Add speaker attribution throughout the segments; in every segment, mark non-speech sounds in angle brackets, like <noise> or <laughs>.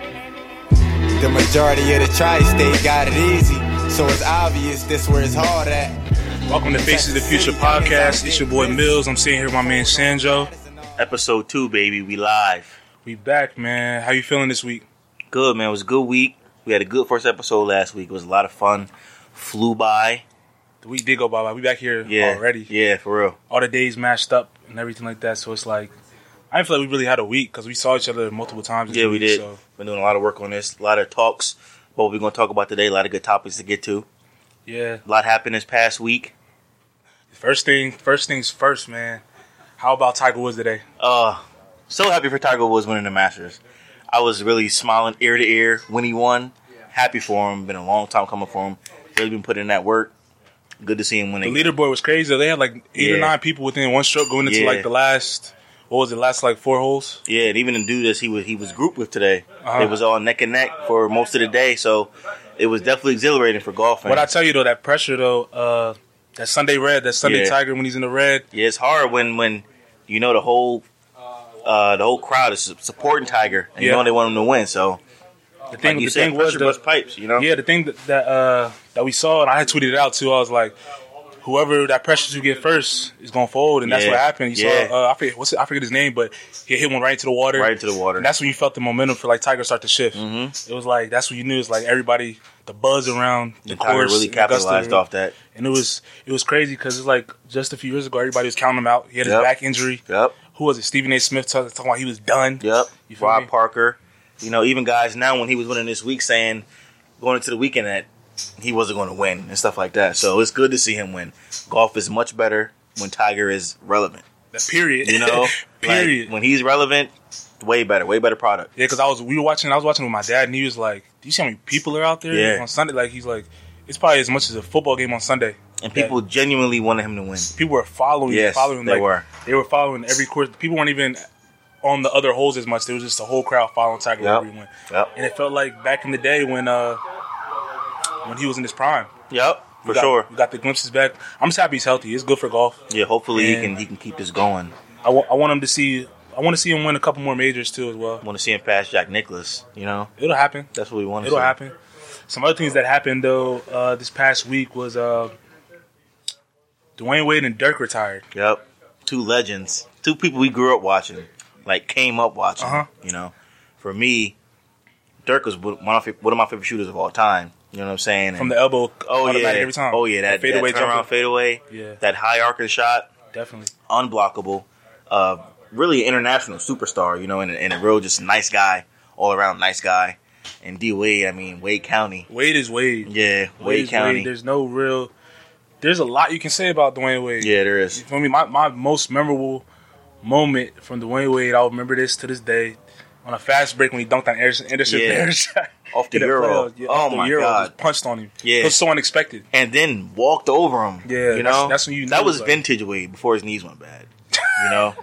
Speaker 1: The majority of the tri-state got it easy, so it's obvious this where it's hard at.
Speaker 2: Welcome to Faces of the Future podcast. It's your boy Mills. I'm sitting here with my man Sanjo.
Speaker 3: Episode two, baby. We live.
Speaker 2: We back, man. How you feeling this week?
Speaker 3: Good man. It was a good week. We had a good first episode last week. It was a lot of fun. Flew by.
Speaker 2: The week did go by. by. We back here
Speaker 3: Yeah.
Speaker 2: already.
Speaker 3: Yeah, for real.
Speaker 2: All the days mashed up and everything like that. So it's like I didn't feel like we really had a week because we saw each other multiple times. this
Speaker 3: Yeah, we
Speaker 2: week,
Speaker 3: did.
Speaker 2: So
Speaker 3: Been doing a lot of work on this. A lot of talks. But what we're gonna talk about today. A lot of good topics to get to.
Speaker 2: yeah.
Speaker 3: A lot happened this past week.
Speaker 2: First thing, first things first, man. How about Tiger Woods today?
Speaker 3: Uh, so happy for Tiger Woods winning the Masters. I was really smiling ear to ear when he won. Happy for him. Been a long time coming for him. Really been putting in that work. Good to see him
Speaker 2: The
Speaker 3: winning.
Speaker 2: leaderboard was crazy. They had like eight or
Speaker 3: Yeah.
Speaker 2: nine people within one stroke going into
Speaker 3: Yeah.
Speaker 2: like the last. What was it? Last like four holes.
Speaker 3: Yeah, and even the dude that he was he was grouped with today,
Speaker 2: Uh-huh.
Speaker 3: it was all neck and neck for most of the day. So it was definitely exhilarating for golf.
Speaker 2: What I tell you though, that pressure though, uh, that Sunday red, that Sunday
Speaker 3: Yeah.
Speaker 2: tiger when he's in the red,
Speaker 3: yeah, it's hard when when you know the whole uh, the whole crowd is su- supporting Tiger, and you
Speaker 2: Yeah.
Speaker 3: know they want him to win. So
Speaker 2: the thing,
Speaker 3: like you
Speaker 2: the
Speaker 3: said,
Speaker 2: thing was
Speaker 3: pressure
Speaker 2: the,
Speaker 3: bust pipes. You know,
Speaker 2: yeah, the thing that that, uh, that we saw, and I had tweeted it out too. I was like, whoever that pressure you get first is gonna fold, and that's
Speaker 3: Yeah.
Speaker 2: what happened. You
Speaker 3: Yeah.
Speaker 2: saw, uh, I forget what's it, I forget his name, but he hit one right into the water,
Speaker 3: right Mm-hmm. into the water.
Speaker 2: And that's when you felt the momentum for like Tiger start to shift. It was like that's when you knew it's like everybody, the buzz around the
Speaker 3: and Tiger
Speaker 2: course,
Speaker 3: really
Speaker 2: in Augusta,
Speaker 3: capitalized off that.
Speaker 2: and it was it was crazy because it's like just a few years ago everybody was counting him out. He had his
Speaker 3: Yep.
Speaker 2: back injury.
Speaker 3: Yep,
Speaker 2: who was it? Stephen A. Smith talking, talking about he was done.
Speaker 3: yep.
Speaker 2: You feel
Speaker 3: Rob
Speaker 2: me?
Speaker 3: Parker, you know, even guys now when he was winning this week, saying going into the weekend that he wasn't going to win and stuff like that. So it's good to see him win. Golf is much better when Tiger is relevant.
Speaker 2: That period.
Speaker 3: You
Speaker 2: <laughs>
Speaker 3: know,
Speaker 2: period.
Speaker 3: Like, when he's relevant, way better, way better product.
Speaker 2: yeah, because I was we were watching. I was watching with my dad, and he was like, "Do you see how many people are out there
Speaker 3: Yeah.
Speaker 2: on Sunday?" Like he's like, "It's probably as much as a football game on Sunday."
Speaker 3: And people genuinely wanted him to win.
Speaker 2: People were following,
Speaker 3: Yes,
Speaker 2: following.
Speaker 3: they
Speaker 2: like,
Speaker 3: were.
Speaker 2: They were following every course. People weren't even on the other holes as much. There was just a whole crowd following Tiger
Speaker 3: Yep.
Speaker 2: wherever he went.
Speaker 3: Yep.
Speaker 2: And it felt like back in the day when uh when he was in his prime.
Speaker 3: Yep.
Speaker 2: We
Speaker 3: For
Speaker 2: got-
Speaker 3: sure.
Speaker 2: we got the glimpses back. I'm just happy he's healthy. It's good for golf.
Speaker 3: Yeah. Hopefully he
Speaker 2: And-
Speaker 3: can he can keep this going.
Speaker 2: I, w- I want him to see. I want to see him win a couple more majors too, as well.
Speaker 3: Want to see him pass Jack Nicklaus? You know,
Speaker 2: It'll happen.
Speaker 3: that's what we want to see.
Speaker 2: It'll happen. Some other things that happened though uh, this past week was uh, Dwayne Wade and Dirk retired.
Speaker 3: Yep. Two legends, two people we grew up watching, like came up watching.
Speaker 2: Uh-huh.
Speaker 3: You know, for me, Dirk was one of my fa- one of my favorite shooters of all time. You know what I'm saying? And-
Speaker 2: From the elbow,
Speaker 3: oh yeah,
Speaker 2: automatic every time.
Speaker 3: oh yeah, that, fadeaway that turnaround
Speaker 2: jumper.
Speaker 3: fadeaway,
Speaker 2: Yeah.
Speaker 3: that high arcing shot.
Speaker 2: definitely.
Speaker 3: unblockable, uh, really international superstar, you know, and, a- and a real just nice guy, all around nice guy. And D Wade, I mean Wade County,
Speaker 2: Wade is Wade.
Speaker 3: yeah, Wade,
Speaker 2: Wade is
Speaker 3: County,
Speaker 2: Wade. There's no real. There's a lot you can say about Dwayne Wade.
Speaker 3: yeah, there is.
Speaker 2: You feel me? My, my most memorable moment from Dwayne Wade, I'll remember this to this day. On a fast break when he dunked on Anderson, Anderson
Speaker 3: Yeah.
Speaker 2: Pare's <laughs> shot.
Speaker 3: Off the
Speaker 2: In
Speaker 3: Euro.
Speaker 2: playoffs, yeah,
Speaker 3: Oh
Speaker 2: off the
Speaker 3: my
Speaker 2: Euro,
Speaker 3: God.
Speaker 2: Just punched on him.
Speaker 3: Yeah.
Speaker 2: It was so unexpected.
Speaker 3: And then walked over him.
Speaker 2: Yeah, that's-
Speaker 3: you know,
Speaker 2: that's when you
Speaker 3: that
Speaker 2: knew,
Speaker 3: was
Speaker 2: like-
Speaker 3: vintage Wade before his knees went bad.
Speaker 2: <laughs>
Speaker 3: You know,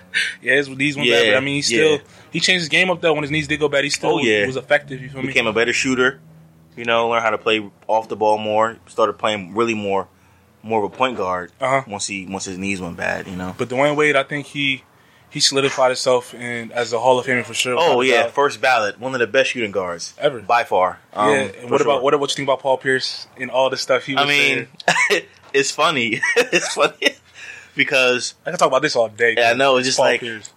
Speaker 2: Yeah, his knees went bad,
Speaker 3: Yeah,
Speaker 2: but I mean, he still
Speaker 3: yeah.
Speaker 2: he changed his game up though. When his knees did go bad, he still
Speaker 3: Oh, yeah.
Speaker 2: was effective. You feel me?
Speaker 3: became a better shooter. You know, learned how to play off the ball more. Started playing really more, more of a point guard
Speaker 2: Uh-huh.
Speaker 3: once he once his knees went bad. You know.
Speaker 2: But Dwayne Wade, I think he he solidified himself in as a Hall of Famer for sure.
Speaker 3: Oh
Speaker 2: without a
Speaker 3: yeah,
Speaker 2: doubt.
Speaker 3: first ballot, one of the best shooting guards
Speaker 2: Ever.
Speaker 3: by far. Um,
Speaker 2: yeah.
Speaker 3: for
Speaker 2: And what
Speaker 3: sure.
Speaker 2: about what, what you think about Paul Pierce and all the stuff he? Was
Speaker 3: I mean,
Speaker 2: saying?
Speaker 3: <laughs> it's funny. it's funny because
Speaker 2: I can talk about this all day.
Speaker 3: Yeah, I know, it's just
Speaker 2: Paul
Speaker 3: like-
Speaker 2: Pierce.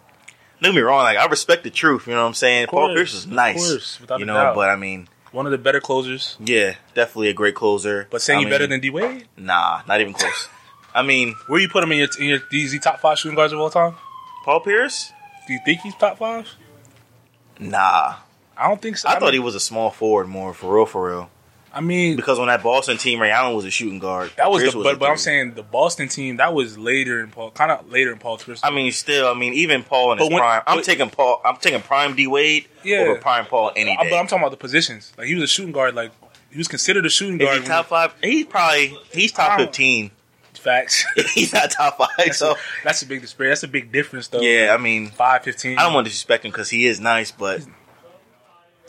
Speaker 3: don't get me wrong, like I respect the truth. You know what I'm saying? Paul
Speaker 2: course,
Speaker 3: Pierce is
Speaker 2: of
Speaker 3: nice,
Speaker 2: course, without
Speaker 3: you
Speaker 2: a
Speaker 3: know.
Speaker 2: doubt.
Speaker 3: But I mean,
Speaker 2: one of the better closers.
Speaker 3: yeah, definitely a great closer.
Speaker 2: But saying
Speaker 3: I
Speaker 2: he better
Speaker 3: mean,
Speaker 2: than D Wade,
Speaker 3: nah, not even close. I mean,
Speaker 2: where you put him in your, in your is he top five shooting guards of all time?
Speaker 3: Paul Pierce?
Speaker 2: Do you think he's top five?
Speaker 3: Nah,
Speaker 2: I don't think so.
Speaker 3: I, thought he was a small forward more for real, for real.
Speaker 2: I mean,
Speaker 3: Because when that Boston team, Ray Allen was a shooting guard.
Speaker 2: that was
Speaker 3: Pierce
Speaker 2: the but,
Speaker 3: a
Speaker 2: but I'm
Speaker 3: three.
Speaker 2: saying the Boston team that was later in Paul, kind of later in Paul Pierce.
Speaker 3: I mean, still, I mean, even Paul in his
Speaker 2: But when-
Speaker 3: prime. I'm
Speaker 2: but-
Speaker 3: taking Paul. I'm taking prime D Wade
Speaker 2: Yeah.
Speaker 3: over prime Paul any
Speaker 2: I-
Speaker 3: day.
Speaker 2: but I'm talking about the positions. Like he was a shooting guard. Like he was considered a shooting
Speaker 3: Is
Speaker 2: guard.
Speaker 3: he
Speaker 2: when-
Speaker 3: top five? He's probably he's
Speaker 2: I
Speaker 3: top
Speaker 2: don't-
Speaker 3: fifteen.
Speaker 2: <laughs>
Speaker 3: <laughs>
Speaker 2: Facts.
Speaker 3: he's not top five.
Speaker 2: That's, a, <laughs>
Speaker 3: So
Speaker 2: that's a big disparity. That's a big difference, though.
Speaker 3: yeah, I mean,
Speaker 2: five fifteen.
Speaker 3: I don't want to disrespect him because he is nice, but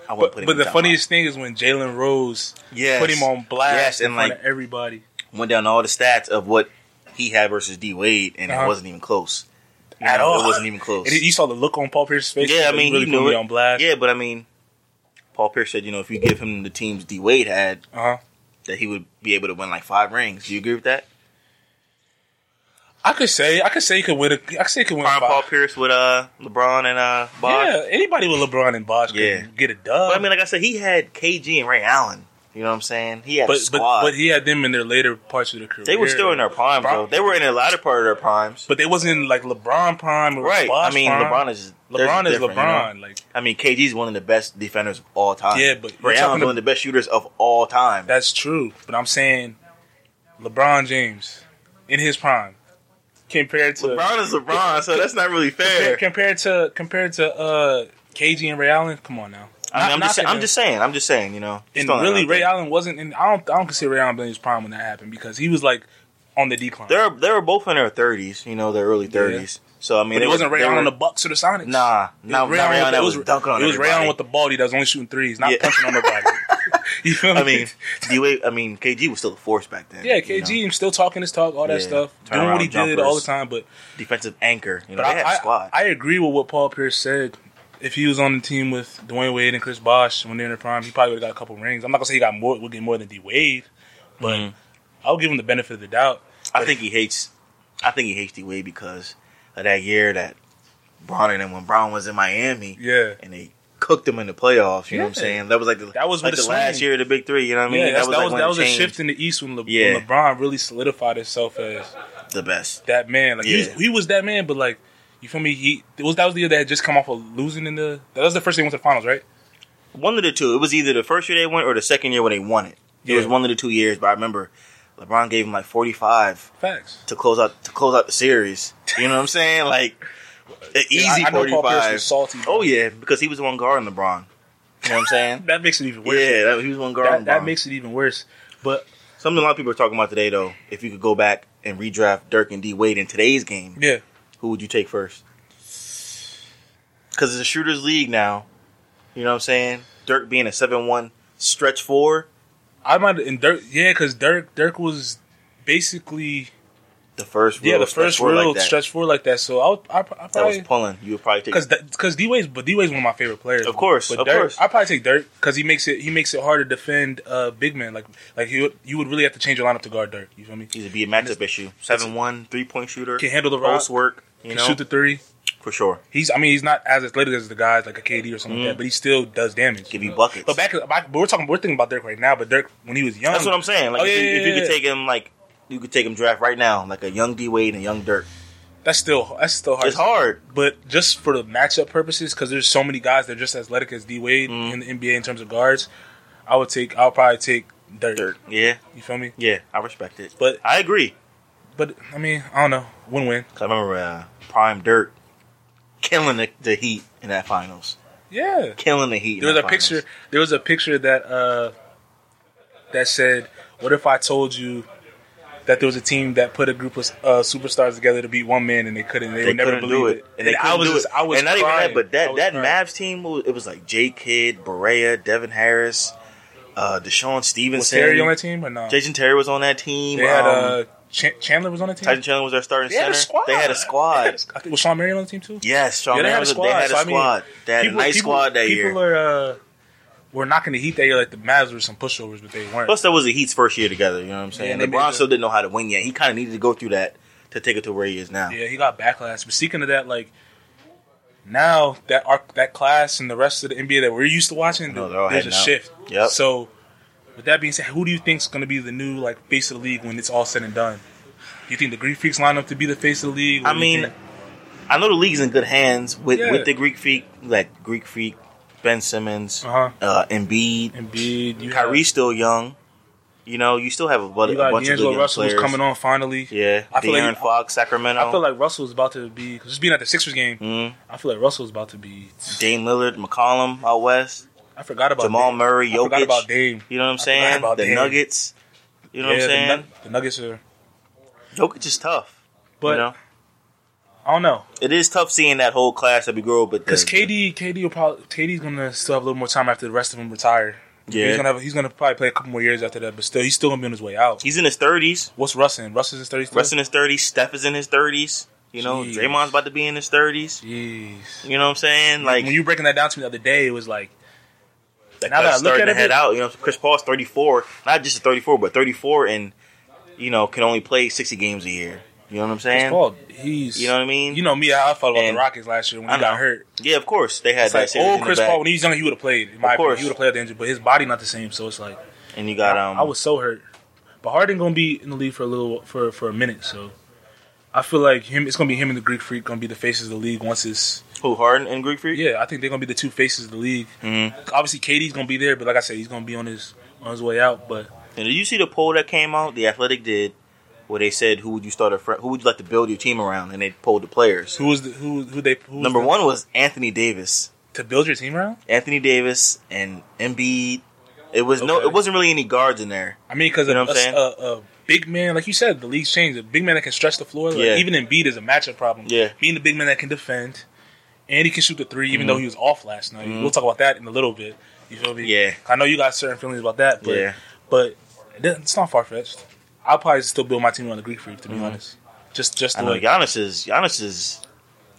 Speaker 3: I
Speaker 2: But,
Speaker 3: wouldn't put him.
Speaker 2: but
Speaker 3: in
Speaker 2: the
Speaker 3: top
Speaker 2: funniest thing is when Jalen Rose
Speaker 3: five. yes.
Speaker 2: put him on blast
Speaker 3: Yes,
Speaker 2: in
Speaker 3: and
Speaker 2: front
Speaker 3: like
Speaker 2: of everybody.
Speaker 3: went down all the stats of what he had versus D Wade, and
Speaker 2: Uh-huh.
Speaker 3: it wasn't even close You
Speaker 2: At
Speaker 3: know,
Speaker 2: all.
Speaker 3: It wasn't even close.
Speaker 2: And you saw the look on Paul Pierce's face.
Speaker 3: Yeah, I
Speaker 2: He
Speaker 3: mean,
Speaker 2: really
Speaker 3: he
Speaker 2: put
Speaker 3: knew
Speaker 2: me
Speaker 3: it.
Speaker 2: on blast.
Speaker 3: yeah, but I mean, Paul Pierce said, you know, if you give him the teams D Wade had,
Speaker 2: Uh-huh.
Speaker 3: that he would be able to win like five rings. Do you agree with that?
Speaker 2: I could say, I could say he could win. A, I could say he could win.
Speaker 3: Prime
Speaker 2: Five.
Speaker 3: Paul Pierce with uh LeBron and uh Bob.
Speaker 2: Yeah, uh, anybody with LeBron and Bosh
Speaker 3: Yeah.
Speaker 2: could get a dub.
Speaker 3: But I mean, like I said, he had KG and Ray Allen. You know what I'm saying? He had a
Speaker 2: but,
Speaker 3: squad.
Speaker 2: but but he had them in their later parts of their career.
Speaker 3: they were still in their primes,
Speaker 2: Prime-
Speaker 3: though. They were in the latter part of their primes.
Speaker 2: but they wasn't in, like LeBron prime or
Speaker 3: right.
Speaker 2: Bosh
Speaker 3: I mean,
Speaker 2: prime.
Speaker 3: LeBron is there's
Speaker 2: LeBron is
Speaker 3: different, you know?
Speaker 2: LeBron. Like
Speaker 3: I mean, KG's one of the best defenders of all time.
Speaker 2: Yeah, but you're
Speaker 3: Ray
Speaker 2: talking
Speaker 3: Allen's
Speaker 2: to-
Speaker 3: one of the best shooters of all time.
Speaker 2: that's true. But I'm saying LeBron James in his prime compared to
Speaker 3: LeBron is LeBron, so that's not really fair.
Speaker 2: compared, compared to compared to uh, KG and Ray Allen. Come on now.
Speaker 3: I mean, I'm,
Speaker 2: Not-
Speaker 3: just,
Speaker 2: not
Speaker 3: I'm
Speaker 2: that-
Speaker 3: just saying. I'm just saying. You know, Just
Speaker 2: And
Speaker 3: throwing it
Speaker 2: really,
Speaker 3: out
Speaker 2: Ray
Speaker 3: there.
Speaker 2: Allen wasn't. in I don't. I don't consider Ray Allen in his prime when that happened because he was like on the decline.
Speaker 3: They're they're both in their 30s. You know, their early 30s. So I mean,
Speaker 2: but
Speaker 3: they
Speaker 2: it wasn't
Speaker 3: were-
Speaker 2: Ray
Speaker 3: they
Speaker 2: Allen on
Speaker 3: were-
Speaker 2: the Bucks or the Sonics.
Speaker 3: Nah,
Speaker 2: It
Speaker 3: not
Speaker 2: was
Speaker 3: Ray Allen. That was
Speaker 2: it
Speaker 3: dunking on
Speaker 2: It was Ray Allen
Speaker 3: everybody.
Speaker 2: with the ball. He does only shooting threes, not
Speaker 3: Yeah.
Speaker 2: punching on
Speaker 3: <laughs>
Speaker 2: nobody. you feel me?
Speaker 3: I mean, D Wade. I mean, KG was still a force back then.
Speaker 2: yeah,
Speaker 3: you
Speaker 2: KG
Speaker 3: know?
Speaker 2: still talking his talk, all that
Speaker 3: Yeah.
Speaker 2: stuff,
Speaker 3: Turnaround
Speaker 2: doing what he did all the
Speaker 3: jumpers.
Speaker 2: time. But
Speaker 3: defensive anchor. You know,
Speaker 2: but
Speaker 3: they had
Speaker 2: I,
Speaker 3: a squad.
Speaker 2: I I agree with what Paul Pierce said. If he was on the team with Dwayne Wade and Chris Bosh when they're in their prime, he probably would have got a couple rings. I'm not gonna say he got more, would get more than D Wade, but
Speaker 3: Mhm.
Speaker 2: I'll give him the benefit of the doubt.
Speaker 3: I think he hates. I think he hates D Wade because of that year that Bron and him when Brown was in Miami
Speaker 2: Yeah.
Speaker 3: and they cooked him in the playoffs. You know what I'm
Speaker 2: Yeah.
Speaker 3: saying? That was like the
Speaker 2: That was
Speaker 3: like
Speaker 2: with
Speaker 3: the
Speaker 2: the
Speaker 3: last
Speaker 2: swing.
Speaker 3: year of the Big Three. You know what I mean?
Speaker 2: yeah, that's- that was
Speaker 3: when
Speaker 2: that
Speaker 3: it
Speaker 2: was a
Speaker 3: changed
Speaker 2: shift in the East when, Le-
Speaker 3: Yeah.
Speaker 2: when LeBron really solidified himself as
Speaker 3: The best.
Speaker 2: that man. Like he, was,
Speaker 3: Yeah.
Speaker 2: he was that man, but like you feel me? He it was that was the year that had just come off of losing in the that was the first thing went to the finals, right?
Speaker 3: One of the two. It was either the first year they went or the second year when they won it. It
Speaker 2: Yeah.
Speaker 3: was one of the two years, but I remember LeBron gave him like 45
Speaker 2: Facts.
Speaker 3: to close out to close out the series. You know what
Speaker 2: <laughs>
Speaker 3: I'm saying? Like an easy
Speaker 2: I, I know Paul Pierce
Speaker 3: 45.
Speaker 2: was salty.
Speaker 3: Oh yeah, because he was the one guarding LeBron. You know what
Speaker 2: <laughs>
Speaker 3: I'm saying?
Speaker 2: that makes it even worse.
Speaker 3: yeah, that, he was the one guarding
Speaker 2: that, that
Speaker 3: LeBron.
Speaker 2: makes it even worse. But
Speaker 3: Something a lot of people are talking about today, though. If you could go back and redraft Dirk and D Wade in today's game,
Speaker 2: yeah,
Speaker 3: who would you take first? Because it's a shooters league now. You know what I'm saying? Dirk being a seven-one stretch four,
Speaker 2: I might and Dirk. Yeah, because Dirk Dirk was basically
Speaker 3: the first real
Speaker 2: yeah the
Speaker 3: stretch
Speaker 2: first
Speaker 3: four
Speaker 2: real
Speaker 3: like that.
Speaker 2: stretch four like that. So I would, I, I
Speaker 3: that was
Speaker 2: probably
Speaker 3: pulling. You would probably take
Speaker 2: because because D Wade's but D Wade's one of my favorite players.
Speaker 3: Of course,
Speaker 2: but
Speaker 3: of
Speaker 2: Dirk,
Speaker 3: course.
Speaker 2: I probably take Dirk because he makes it he makes it hard to defend uh, big man. Like like he would, you would really have to change your lineup to guard Dirk. You feel me?
Speaker 3: he's a be a matchup issue. Seven-one three-point shooter,
Speaker 2: Can handle the rock.
Speaker 3: post work. You
Speaker 2: Can
Speaker 3: know,
Speaker 2: shoot the three.
Speaker 3: for sure.
Speaker 2: He's I mean he's not as athletic as the guys like a KD or something
Speaker 3: Mhm.
Speaker 2: like that, but he still does damage.
Speaker 3: Give you buckets.
Speaker 2: But back, back but we're talking we're thinking about Dirk right now. But Dirk when he was young,
Speaker 3: That's what I'm saying. Like
Speaker 2: Oh,
Speaker 3: if,
Speaker 2: yeah,
Speaker 3: you, if you
Speaker 2: yeah,
Speaker 3: could
Speaker 2: yeah.
Speaker 3: take him, like you could take him draft right now, like a young D Wade and a young Dirk.
Speaker 2: that's still that's still hard.
Speaker 3: It's hard.
Speaker 2: But just for the matchup purposes, because there's so many guys that are just as athletic as D Wade
Speaker 3: Mm-hmm.
Speaker 2: in the NBA in terms of guards, I would take. I'll probably take Dirk.
Speaker 3: Dirk. Yeah,
Speaker 2: You feel me?
Speaker 3: yeah, I respect it.
Speaker 2: But
Speaker 3: I agree.
Speaker 2: but I mean I don't know. Win win.
Speaker 3: 'Cause I remember uh, Prime Dirk killing the, the Heat in that finals,
Speaker 2: Yeah.
Speaker 3: killing the Heat. in
Speaker 2: There was
Speaker 3: that
Speaker 2: a
Speaker 3: finals.
Speaker 2: picture. There was a picture that uh that said, "What if I told you?" That there was a team that put a group of uh, superstars together to beat one man and they couldn't. They,
Speaker 3: They
Speaker 2: would never
Speaker 3: couldn't
Speaker 2: believe
Speaker 3: do
Speaker 2: it.
Speaker 3: it, and they couldn't
Speaker 2: I was,
Speaker 3: do
Speaker 2: just-
Speaker 3: it.
Speaker 2: I was
Speaker 3: and not
Speaker 2: crying.
Speaker 3: even that, but
Speaker 2: I
Speaker 3: that
Speaker 2: was
Speaker 3: that
Speaker 2: crying.
Speaker 3: Mavs team, was- it was like J. Kidd, Barea, Devin Harris, uh, Deshaun
Speaker 2: was
Speaker 3: Stevenson.
Speaker 2: Terry on that team or no?
Speaker 3: Jason Terry was on that team.
Speaker 2: They had
Speaker 3: um,
Speaker 2: uh, Ch- Chandler was on the team.
Speaker 3: Tyson Chandler was their starting
Speaker 2: They
Speaker 3: center.
Speaker 2: had a squad.
Speaker 3: They had a
Speaker 2: They
Speaker 3: squad.
Speaker 2: <laughs> had a- I think was Sean Marion on the team too.
Speaker 3: Yes, Sean
Speaker 2: Yeah,
Speaker 3: they, had a squad. they had a
Speaker 2: so, I mean,
Speaker 3: squad. they had a nice squad that
Speaker 2: people
Speaker 3: year.
Speaker 2: are uh, were knocking the heat that year like the Mavs were some pushovers, but they weren't.
Speaker 3: Plus, that was the Heat's first year together. You know what I'm saying?
Speaker 2: and they made
Speaker 3: LeBron
Speaker 2: the-
Speaker 3: still didn't know how to win yet. He kind of needed to go through that to take it to where he is now.
Speaker 2: yeah, he got backlash. But speaking of that, like now that our, that class and the rest of the NBA that we're used to watching,
Speaker 3: know, they're all
Speaker 2: there's a
Speaker 3: heading out.
Speaker 2: shift.
Speaker 3: Yep.
Speaker 2: So with that being said, who do you think's going to be the new like face of the league when it's all said and done? Do you think the Greek Freaks line up to be the face of the league? Or
Speaker 3: I
Speaker 2: do you
Speaker 3: mean,
Speaker 2: think-
Speaker 3: I know the league's in good hands with,
Speaker 2: Yeah.
Speaker 3: with the Greek freak, like Greek freak, Ben Simmons,
Speaker 2: Uh-huh.
Speaker 3: uh, Embiid,
Speaker 2: Embiid, you
Speaker 3: Kyrie
Speaker 2: have,
Speaker 3: still young. You know, you still have a, bu-
Speaker 2: you
Speaker 3: a
Speaker 2: got
Speaker 3: bunch of
Speaker 2: D'Angelo
Speaker 3: good
Speaker 2: Russell
Speaker 3: players.
Speaker 2: who's coming on finally.
Speaker 3: Yeah,
Speaker 2: I feel like-
Speaker 3: De'Aaron Fox, Sacramento.
Speaker 2: I feel like Russell's about to be 'cause just being at the Sixers game.
Speaker 3: Mhm.
Speaker 2: I feel like Russell's about to be.
Speaker 3: Dame Lillard, McCollum out west.
Speaker 2: I forgot about
Speaker 3: Jamal
Speaker 2: Dame.
Speaker 3: Murray,
Speaker 2: I forgot
Speaker 3: Jokic.
Speaker 2: about Dame.
Speaker 3: You know what I'm
Speaker 2: forgot
Speaker 3: saying?
Speaker 2: about
Speaker 3: The
Speaker 2: Dame.
Speaker 3: Nuggets. You know what I'm
Speaker 2: Yeah,
Speaker 3: saying?
Speaker 2: The, Nug- the Nuggets are.
Speaker 3: Jokic is tough.
Speaker 2: But
Speaker 3: you know?
Speaker 2: I don't know
Speaker 3: It is tough seeing that whole class that we grow up with.
Speaker 2: because
Speaker 3: the-
Speaker 2: KD KD will probably KD's gonna still have a little more time after the rest of them retire. He's
Speaker 3: yeah,
Speaker 2: gonna have, he's gonna probably play a couple more years after that, but still he's still gonna be on his way out.
Speaker 3: he's in his thirties.
Speaker 2: What's Russ in? Russ is in his thirties.
Speaker 3: Russ in his thirties. Steph is in his thirties. You know,
Speaker 2: Jeez.
Speaker 3: Draymond's about to be in his thirties.
Speaker 2: Jeez.
Speaker 3: You know what I'm saying?
Speaker 2: Like
Speaker 3: Like
Speaker 2: when you were breaking that down to me the other day, it was like
Speaker 3: that
Speaker 2: now that
Speaker 3: cut's
Speaker 2: I look
Speaker 3: starting
Speaker 2: at
Speaker 3: to
Speaker 2: it,
Speaker 3: head
Speaker 2: it-
Speaker 3: out. You know, Chris Paul's 34, not just 34, but 34, and you know can only play 60 games a year. You know what I'm
Speaker 2: Chris
Speaker 3: saying?
Speaker 2: Paul, he's
Speaker 3: You know what I mean?
Speaker 2: you know me how I felt about
Speaker 3: And-
Speaker 2: the Rockets last year when
Speaker 3: I
Speaker 2: he got
Speaker 3: know.
Speaker 2: hurt.
Speaker 3: yeah, of course they had
Speaker 2: It's like
Speaker 3: that. Like,
Speaker 2: old Chris Paul when he was younger, he would have played. In my
Speaker 3: Of course.
Speaker 2: opinion, he would have played the injury, but his body not the same. So it's like
Speaker 3: and you got um.
Speaker 2: I was so hurt. But Harden gonna be in the league for a little for for a minute. So I feel like him. It's gonna be him and the Greek Freak gonna be the faces of the league once it's
Speaker 3: who Harden and Greek Freak.
Speaker 2: Yeah, I think they're gonna be the two faces of the league.
Speaker 3: Mhm.
Speaker 2: Obviously, KD's gonna be there, but like I said, he's gonna be on his on his way out. But
Speaker 3: And did you see the poll that came out? The Athletic did, where they said who would you start a fr- who would you like to build your team around, and they polled the players.
Speaker 2: who was the, who who they who was
Speaker 3: Number
Speaker 2: the-
Speaker 3: one was Anthony Davis.
Speaker 2: to build your team around?
Speaker 3: Anthony Davis and Embiid. It was no,
Speaker 2: Okay.
Speaker 3: it wasn't really any guards in there.
Speaker 2: I mean, because
Speaker 3: You know
Speaker 2: a,
Speaker 3: what I'm saying?
Speaker 2: a- a big man, like you said, the league's changed. A big man that can stretch the floor, like,
Speaker 3: Yeah.
Speaker 2: even Embiid is a matchup problem.
Speaker 3: Yeah.
Speaker 2: being the big man that can defend, and he can shoot the three, even
Speaker 3: Mm-hmm.
Speaker 2: though he was off last night. We'll talk about that in a little bit. You feel me?
Speaker 3: Yeah.
Speaker 2: I know you got certain feelings about that, but
Speaker 3: Yeah.
Speaker 2: but it doesn't- it's not far fetched. I'll probably still build my team on the Greek Freak, to be honest. Just just
Speaker 3: Mm-hmm. I
Speaker 2: the
Speaker 3: know
Speaker 2: way
Speaker 3: Giannis is Giannis is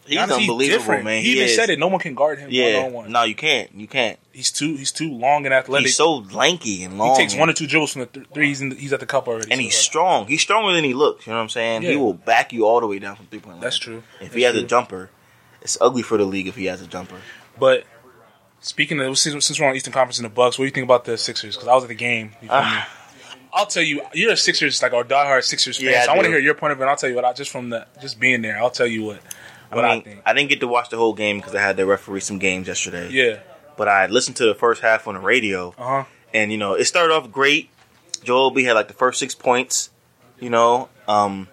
Speaker 3: he's
Speaker 2: Giannis,
Speaker 3: unbelievable,
Speaker 2: different.
Speaker 3: man.
Speaker 2: He, even
Speaker 3: is.
Speaker 2: said it. No one can guard him
Speaker 3: Yeah,
Speaker 2: one on one.
Speaker 3: no, you can't. You can't.
Speaker 2: He's too he's too long and athletic.
Speaker 3: He's so lanky and long.
Speaker 2: he takes one or two dribbles from the th- three. He's, in the, he's at the cup already.
Speaker 3: and
Speaker 2: so,
Speaker 3: he's
Speaker 2: like,
Speaker 3: strong. He's stronger than he looks. You know what I'm saying? He
Speaker 2: Yeah.
Speaker 3: will back you all the way down from three point line.
Speaker 2: that's true.
Speaker 3: If
Speaker 2: That's
Speaker 3: he has
Speaker 2: true.
Speaker 3: a jumper, it's ugly for the league if he has a jumper.
Speaker 2: But speaking of since since we're on Eastern Conference and the Bucks, what do you think about the Sixers? Because I was at the game. You feel
Speaker 3: Ah.
Speaker 2: me? I'll tell you, you're a Sixers like or diehard Sixers fan.
Speaker 3: Yeah, I
Speaker 2: so I want
Speaker 3: do.
Speaker 2: to hear your point of view. And I'll tell you what I just from the just being there. I'll tell you what what
Speaker 3: I,
Speaker 2: I,
Speaker 3: mean,
Speaker 2: think.
Speaker 3: didn't get to watch the whole game because I had to referee some games yesterday.
Speaker 2: yeah.
Speaker 3: But I listened to the first half on the radio,
Speaker 2: Uh huh.
Speaker 3: and you know it started off great. Joel B had like the first six points, you know, um,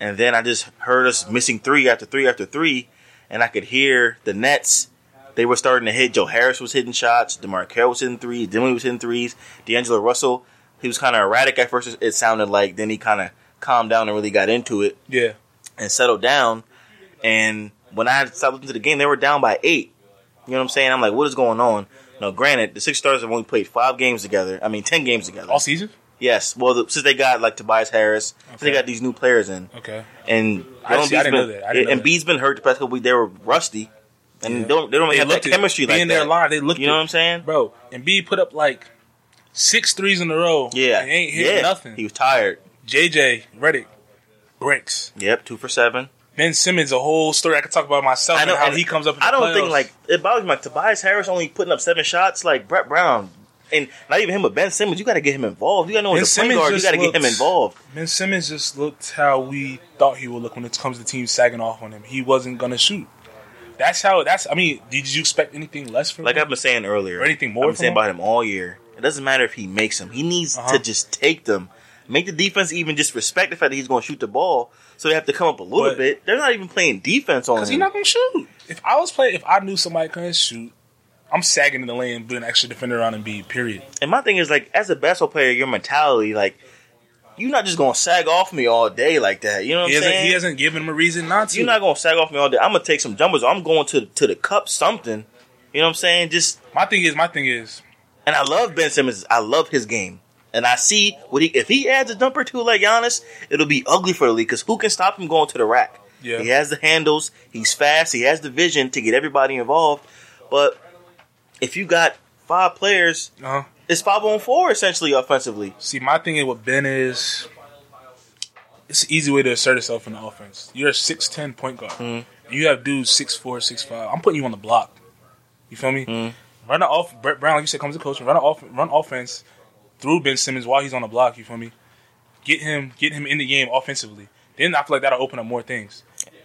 Speaker 3: and then I just heard us missing three after three after three, and I could hear the Nets. They were starting to hit. Joe Harris was hitting shots. DeMarco was hitting threes. Dinwiddie was hitting threes. D'Angelo Russell, he was kind of erratic at first. It sounded like then he kind of calmed down and really got into it
Speaker 2: Yeah.
Speaker 3: and settled down. And when I stopped looking to the game, they were down by eight. You know what I'm saying? I'm like, what is going on? Now, granted, the Six Stars have only played five games together. I mean, ten games together.
Speaker 2: All season.
Speaker 3: Yes. Well, the, since they got like Tobias Harris, since they
Speaker 2: Okay.
Speaker 3: got these new players in,
Speaker 2: Okay.
Speaker 3: and
Speaker 2: I
Speaker 3: Joel
Speaker 2: see- I
Speaker 3: Embiid's
Speaker 2: didn't know
Speaker 3: been-
Speaker 2: that. I didn't know
Speaker 3: and
Speaker 2: that.
Speaker 3: B's been hurt the past couple weeks. They were rusty, and they don't they don't really have that
Speaker 2: it.
Speaker 3: chemistry like
Speaker 2: being there
Speaker 3: that.
Speaker 2: live. They looked.
Speaker 3: You know
Speaker 2: it.
Speaker 3: what I'm saying?
Speaker 2: bro. And B put up like six threes in a row.
Speaker 3: Yeah.
Speaker 2: and ain't hit
Speaker 3: yeah.
Speaker 2: nothing.
Speaker 3: He was tired.
Speaker 2: JJ Reddick bricks.
Speaker 3: Yep. Two for seven.
Speaker 2: Ben Simmons, a whole story I could talk about myself.
Speaker 3: I
Speaker 2: and
Speaker 3: know
Speaker 2: how he comes up. In the
Speaker 3: I don't think
Speaker 2: playoffs.
Speaker 3: like it bothers me. Like Tobias Harris only putting up seven shots. Like Brett Brown, and not even him, but Ben Simmons. You got to get him involved. You got to know
Speaker 2: Ben
Speaker 3: he's a point
Speaker 2: Simmons
Speaker 3: guard. You
Speaker 2: just
Speaker 3: got to get him
Speaker 2: looks-
Speaker 3: involved.
Speaker 2: Ben Simmons just looked how we thought he would look when it comes to teams sagging off on him. He wasn't gonna shoot. That's how. That's. I mean, did you expect anything less from
Speaker 3: Like
Speaker 2: him?
Speaker 3: I've been saying earlier,
Speaker 2: Or anything more
Speaker 3: I've been
Speaker 2: from
Speaker 3: saying
Speaker 2: him?
Speaker 3: about him all year. It doesn't matter if he makes them. He needs
Speaker 2: Uh-huh.
Speaker 3: to just take them. Make the defense even just respect the fact that he's going to shoot the ball. So they have to come up a little
Speaker 2: But-
Speaker 3: bit. They're not even playing defense on
Speaker 2: Because he's
Speaker 3: him.
Speaker 2: not gonna shoot. If I was playing, if I knew somebody couldn't shoot, I'm sagging in the lane, and putting an extra defender on and be period.
Speaker 3: and my thing is like, as a basketball player, your mentality like. You're not just gonna sag off me all day like that. You know what
Speaker 2: He
Speaker 3: I'm
Speaker 2: hasn't,
Speaker 3: saying?
Speaker 2: he hasn't given him a reason not to.
Speaker 3: You're not gonna sag off me all day. I'm gonna take some jumpers. I'm going to to the cup something. You know what I'm saying? Just
Speaker 2: my thing is, my thing is,
Speaker 3: and I love Ben Simmons. I love his game. And I see what he if he adds a jumper to like Giannis, it'll be ugly for the league because who can stop him going to the rack?
Speaker 2: Yeah.
Speaker 3: He has the handles. He's fast. He has the vision to get everybody involved. But if you got five players,
Speaker 2: uh
Speaker 3: it's five on four essentially offensively.
Speaker 2: See, my thing is with Ben is it's an easy way to assert yourself in the offense. You're a six ten point guard.
Speaker 3: Mm-hmm.
Speaker 2: You have dudes six four, six five. I'm putting you on the block. You feel me?
Speaker 3: Mm-hmm.
Speaker 2: Run the off. Brett Brown, like you said, comes to coach. Run the off. Run offense through Ben Simmons while he's on the block. You feel me? Get him. Get him in the game offensively. Then I feel like that'll open up more things.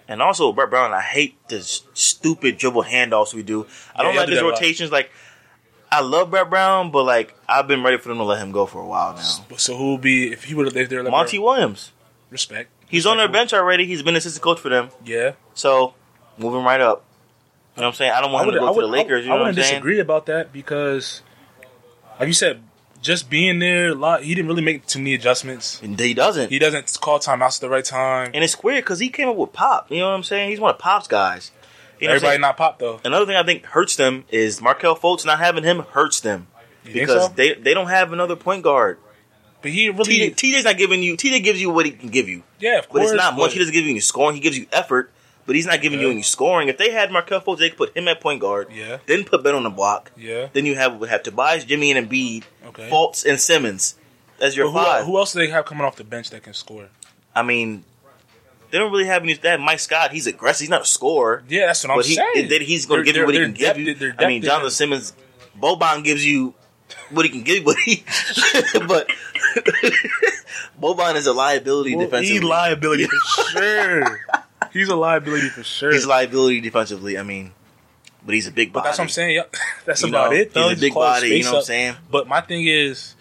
Speaker 3: And also, Brett Brown, I hate this stupid dribble handoffs we do. I don't
Speaker 2: Yeah, y'all
Speaker 3: like
Speaker 2: do
Speaker 3: these
Speaker 2: that a lot.
Speaker 3: rotations. Like, I love Brett Brown, but like, I've been ready for them to let him go for a while now.
Speaker 2: So who will be if he would if they're like
Speaker 3: Monty Williams,
Speaker 2: respect?
Speaker 3: he's on their bench already. He's been assistant coach for them,
Speaker 2: Yeah,
Speaker 3: so moving right up. You know what I'm saying? I don't want him to
Speaker 2: wouldn't-
Speaker 3: go to the
Speaker 2: wouldn't-
Speaker 3: Lakers. You
Speaker 2: I
Speaker 3: know what I'm
Speaker 2: wouldn't
Speaker 3: saying?
Speaker 2: disagree about that because, like you said, just being there a lot, he didn't really make too many adjustments.
Speaker 3: And he doesn't.
Speaker 2: He doesn't call timeouts at the right time.
Speaker 3: and it's weird because he came up with Pop. You know what I'm saying? He's one of Pop's guys. You know what I'm
Speaker 2: Everybody
Speaker 3: saying?
Speaker 2: not popped though.
Speaker 3: Another thing I think hurts them is Markel Fultz not having him hurts them
Speaker 2: You think
Speaker 3: because
Speaker 2: so?
Speaker 3: they they don't have another point guard.
Speaker 2: but he really,
Speaker 3: TJ, TJ's not giving you. TJ gives you what he can give you,
Speaker 2: yeah, of
Speaker 3: but
Speaker 2: course.
Speaker 3: it's not much.
Speaker 2: but-
Speaker 3: He doesn't give you any scoring. He gives you effort, but he's not giving you
Speaker 2: Yeah.
Speaker 3: any scoring. If they had Markel Fultz, they could put him at point guard.
Speaker 2: Yeah.
Speaker 3: Then put Ben on the block.
Speaker 2: Yeah.
Speaker 3: Then you have would have Tobias, Jimmy, and Embiid,
Speaker 2: Okay.
Speaker 3: Fultz, and Simmons as your
Speaker 2: But
Speaker 3: five.
Speaker 2: who, who else do they have coming off the bench that can score?
Speaker 3: I mean, they don't really have any. That Mike Scott, he's aggressive. He's not a scorer.
Speaker 2: Yeah, that's what I'm
Speaker 3: but he,
Speaker 2: saying.
Speaker 3: then he's going to
Speaker 2: Their-
Speaker 3: give you
Speaker 2: their-
Speaker 3: what he
Speaker 2: their
Speaker 3: can
Speaker 2: depth-
Speaker 3: give you.
Speaker 2: their
Speaker 3: I mean,
Speaker 2: depth
Speaker 3: Jonathan
Speaker 2: is-
Speaker 3: Simmons, Boban gives you what he can give you, but he, <laughs> but <laughs> Boban is a liability
Speaker 2: Well, He
Speaker 3: defensively.
Speaker 2: liability
Speaker 3: <laughs>
Speaker 2: for sure. He's a liability for sure.
Speaker 3: he's a liability defensively. I mean, but he's a big body.
Speaker 2: But that's what I'm saying. Yep. <laughs> That's
Speaker 3: You
Speaker 2: about
Speaker 3: know,
Speaker 2: it. Though.
Speaker 3: he's a
Speaker 2: Just
Speaker 3: big
Speaker 2: close
Speaker 3: body, you
Speaker 2: space
Speaker 3: know what I'm
Speaker 2: up.
Speaker 3: saying?
Speaker 2: But my thing is,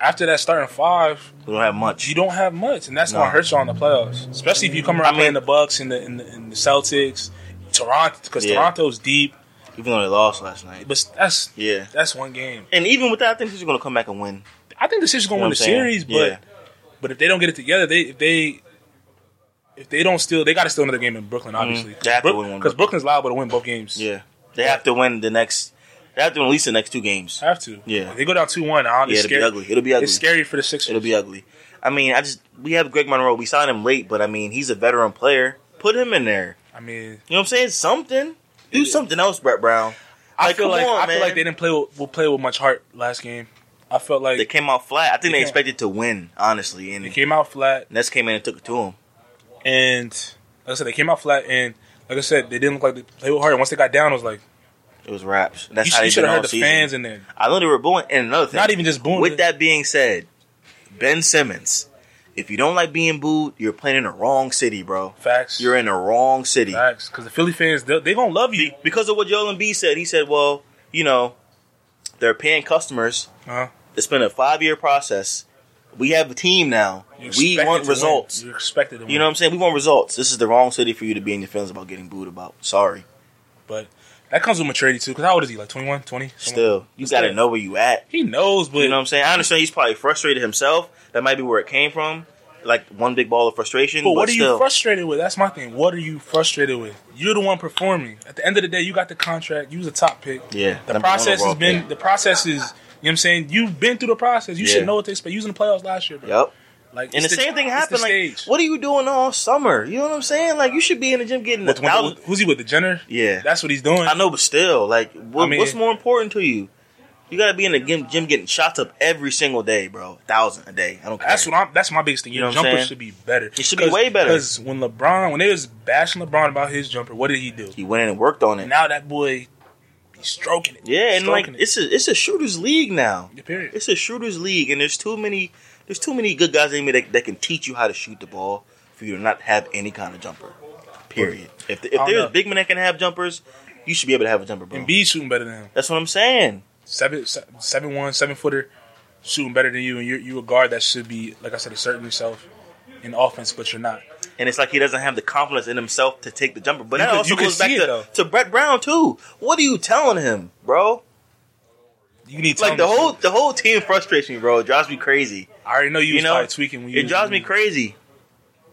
Speaker 2: after that starting five,
Speaker 3: We don't have much.
Speaker 2: you don't have much, and that's
Speaker 3: No.
Speaker 2: gonna hurt you on the playoffs, especially if you come around
Speaker 3: I mean-
Speaker 2: playing the Bucks and the and the, and the Celtics, Toronto, because
Speaker 3: Yeah.
Speaker 2: Toronto's deep.
Speaker 3: Even though they lost last night.
Speaker 2: But that's
Speaker 3: Yeah.
Speaker 2: that's one game.
Speaker 3: And even with that, I think he's going to come back and win.
Speaker 2: I think the Sixers
Speaker 3: You
Speaker 2: gonna
Speaker 3: know
Speaker 2: win
Speaker 3: what
Speaker 2: the
Speaker 3: I'm saying?
Speaker 2: series, but
Speaker 3: Yeah.
Speaker 2: but if they don't get it together, they if they if they don't still, they got to steal another game in Brooklyn, obviously.
Speaker 3: Mm-hmm. They have to win one.
Speaker 2: because Brooklyn's liable to win both games.
Speaker 3: Yeah, they have to win the next. They have to win at least the next two games.
Speaker 2: have to.
Speaker 3: Yeah.
Speaker 2: If they go down two one. Yeah,
Speaker 3: Yeah, it'll be ugly. It'll be ugly.
Speaker 2: It's scary for the Sixers.
Speaker 3: It'll be ugly. I mean, I just we have Greg Monroe. We signed him late, but I mean, he's a veteran player. Put him in there.
Speaker 2: I mean,
Speaker 3: You know what I'm saying? Something. Do something else, Brett Brown.
Speaker 2: I
Speaker 3: Like,
Speaker 2: feel
Speaker 3: come
Speaker 2: like
Speaker 3: on,
Speaker 2: I
Speaker 3: man.
Speaker 2: feel like they didn't play with, will play with much heart last game. I felt like
Speaker 3: They came out flat. I think they
Speaker 2: Yeah.
Speaker 3: expected to win, honestly, and
Speaker 2: they came out flat.
Speaker 3: Nets came in and took it to them.
Speaker 2: And like I said, they came out flat, and like I said, they didn't look like they played with heart. And once they got down, I was like,
Speaker 3: It was raps. That's
Speaker 2: you,
Speaker 3: how they
Speaker 2: should
Speaker 3: should
Speaker 2: have
Speaker 3: all
Speaker 2: heard the
Speaker 3: season.
Speaker 2: fans in there.
Speaker 3: I know they were booing. And another thing,
Speaker 2: Not even just booing.
Speaker 3: With that being said, Ben Simmons, if you don't like being booed, you're playing in the wrong city, bro.
Speaker 2: facts,
Speaker 3: You're in the wrong city.
Speaker 2: facts, because the Philly fans they they gonna love you.
Speaker 3: Be- because of what Joel Embiid said. He said, "Well, you know, they're paying customers.
Speaker 2: Uh-huh.
Speaker 3: It's been a five year process. We have a team now.
Speaker 2: You're
Speaker 3: We
Speaker 2: expected
Speaker 3: want
Speaker 2: to win.
Speaker 3: results.
Speaker 2: You're expected to win.
Speaker 3: You know what I'm saying? We want results. This is the wrong city for you to be in your feelings about getting booed about. Sorry.
Speaker 2: but that comes with maturity too. Because how old is he? Like 21, 20?
Speaker 3: Still, you got to
Speaker 2: Still.
Speaker 3: know where you at.
Speaker 2: he knows, but
Speaker 3: You know what I'm saying? I understand he's probably frustrated himself. That might be where it came from. Like one big ball of frustration.
Speaker 2: But what are
Speaker 3: still,
Speaker 2: you frustrated with? That's my thing. What are you frustrated with? You're the one performing. At the end of the day, you got the contract. You was a top pick.
Speaker 3: Yeah,
Speaker 2: The
Speaker 3: number one
Speaker 2: process
Speaker 3: overall
Speaker 2: has been
Speaker 3: pick.
Speaker 2: the process is. You know what I'm saying? You've been through the process. You
Speaker 3: Yeah.
Speaker 2: should know what to expect. You was in the playoffs last year, bro.
Speaker 3: Yep.
Speaker 2: Like
Speaker 3: And the,
Speaker 2: it's
Speaker 3: same thing
Speaker 2: it's
Speaker 3: happened.
Speaker 2: the
Speaker 3: Like,
Speaker 2: stage.
Speaker 3: what are you doing all summer? You know what I'm saying? Like, you should be in the gym getting a
Speaker 2: With-
Speaker 3: thousand.
Speaker 2: with- who's he with? The Jenner?
Speaker 3: Yeah.
Speaker 2: That's what he's doing.
Speaker 3: I know, but still, like, what,
Speaker 2: I mean-
Speaker 3: what's more important to you? You gotta be in the gym, gym getting shots up every single day, bro. Thousand a day. I don't care.
Speaker 2: That's what I'm. That's my biggest thing.
Speaker 3: You
Speaker 2: Your
Speaker 3: know what I'm
Speaker 2: jumper
Speaker 3: saying?
Speaker 2: should be better.
Speaker 3: It should be way better.
Speaker 2: Because when LeBron, when they was bashing LeBron about his jumper, what did he do?
Speaker 3: he went in and worked on it.
Speaker 2: Now that boy, he's stroking it.
Speaker 3: yeah, and like
Speaker 2: Stroking it.
Speaker 3: it's a it's a shooters league now.
Speaker 2: Yeah, period.
Speaker 3: It's a shooters league, and there's too many there's too many good guys in me that, that can teach you how to shoot the ball for you to not have any kind of jumper. Period. If the, if
Speaker 2: I don't
Speaker 3: there's
Speaker 2: know.
Speaker 3: big men that can have jumpers, you should be able to have a jumper, bro.
Speaker 2: And B shooting better than him.
Speaker 3: That's what I'm saying.
Speaker 2: seven, se- seven one, seven footer, shooting better than you, and you're you a guard that should be, like I said, asserting yourself in offense, but you're not.
Speaker 3: and it's like he doesn't have the confidence in himself to take the jumper. But
Speaker 2: You
Speaker 3: that
Speaker 2: could-
Speaker 3: also
Speaker 2: you could
Speaker 3: goes back
Speaker 2: see it,
Speaker 3: to,
Speaker 2: though.
Speaker 3: to Brett Brown too. What are you telling him, bro?
Speaker 2: You need to
Speaker 3: Like the
Speaker 2: tell him
Speaker 3: whole
Speaker 2: this
Speaker 3: the whole team frustrates me, bro. It drives me crazy.
Speaker 2: shit. I already know you,
Speaker 3: You
Speaker 2: was
Speaker 3: know,
Speaker 2: probably tweaking when you.
Speaker 3: It
Speaker 2: was-
Speaker 3: drives me crazy.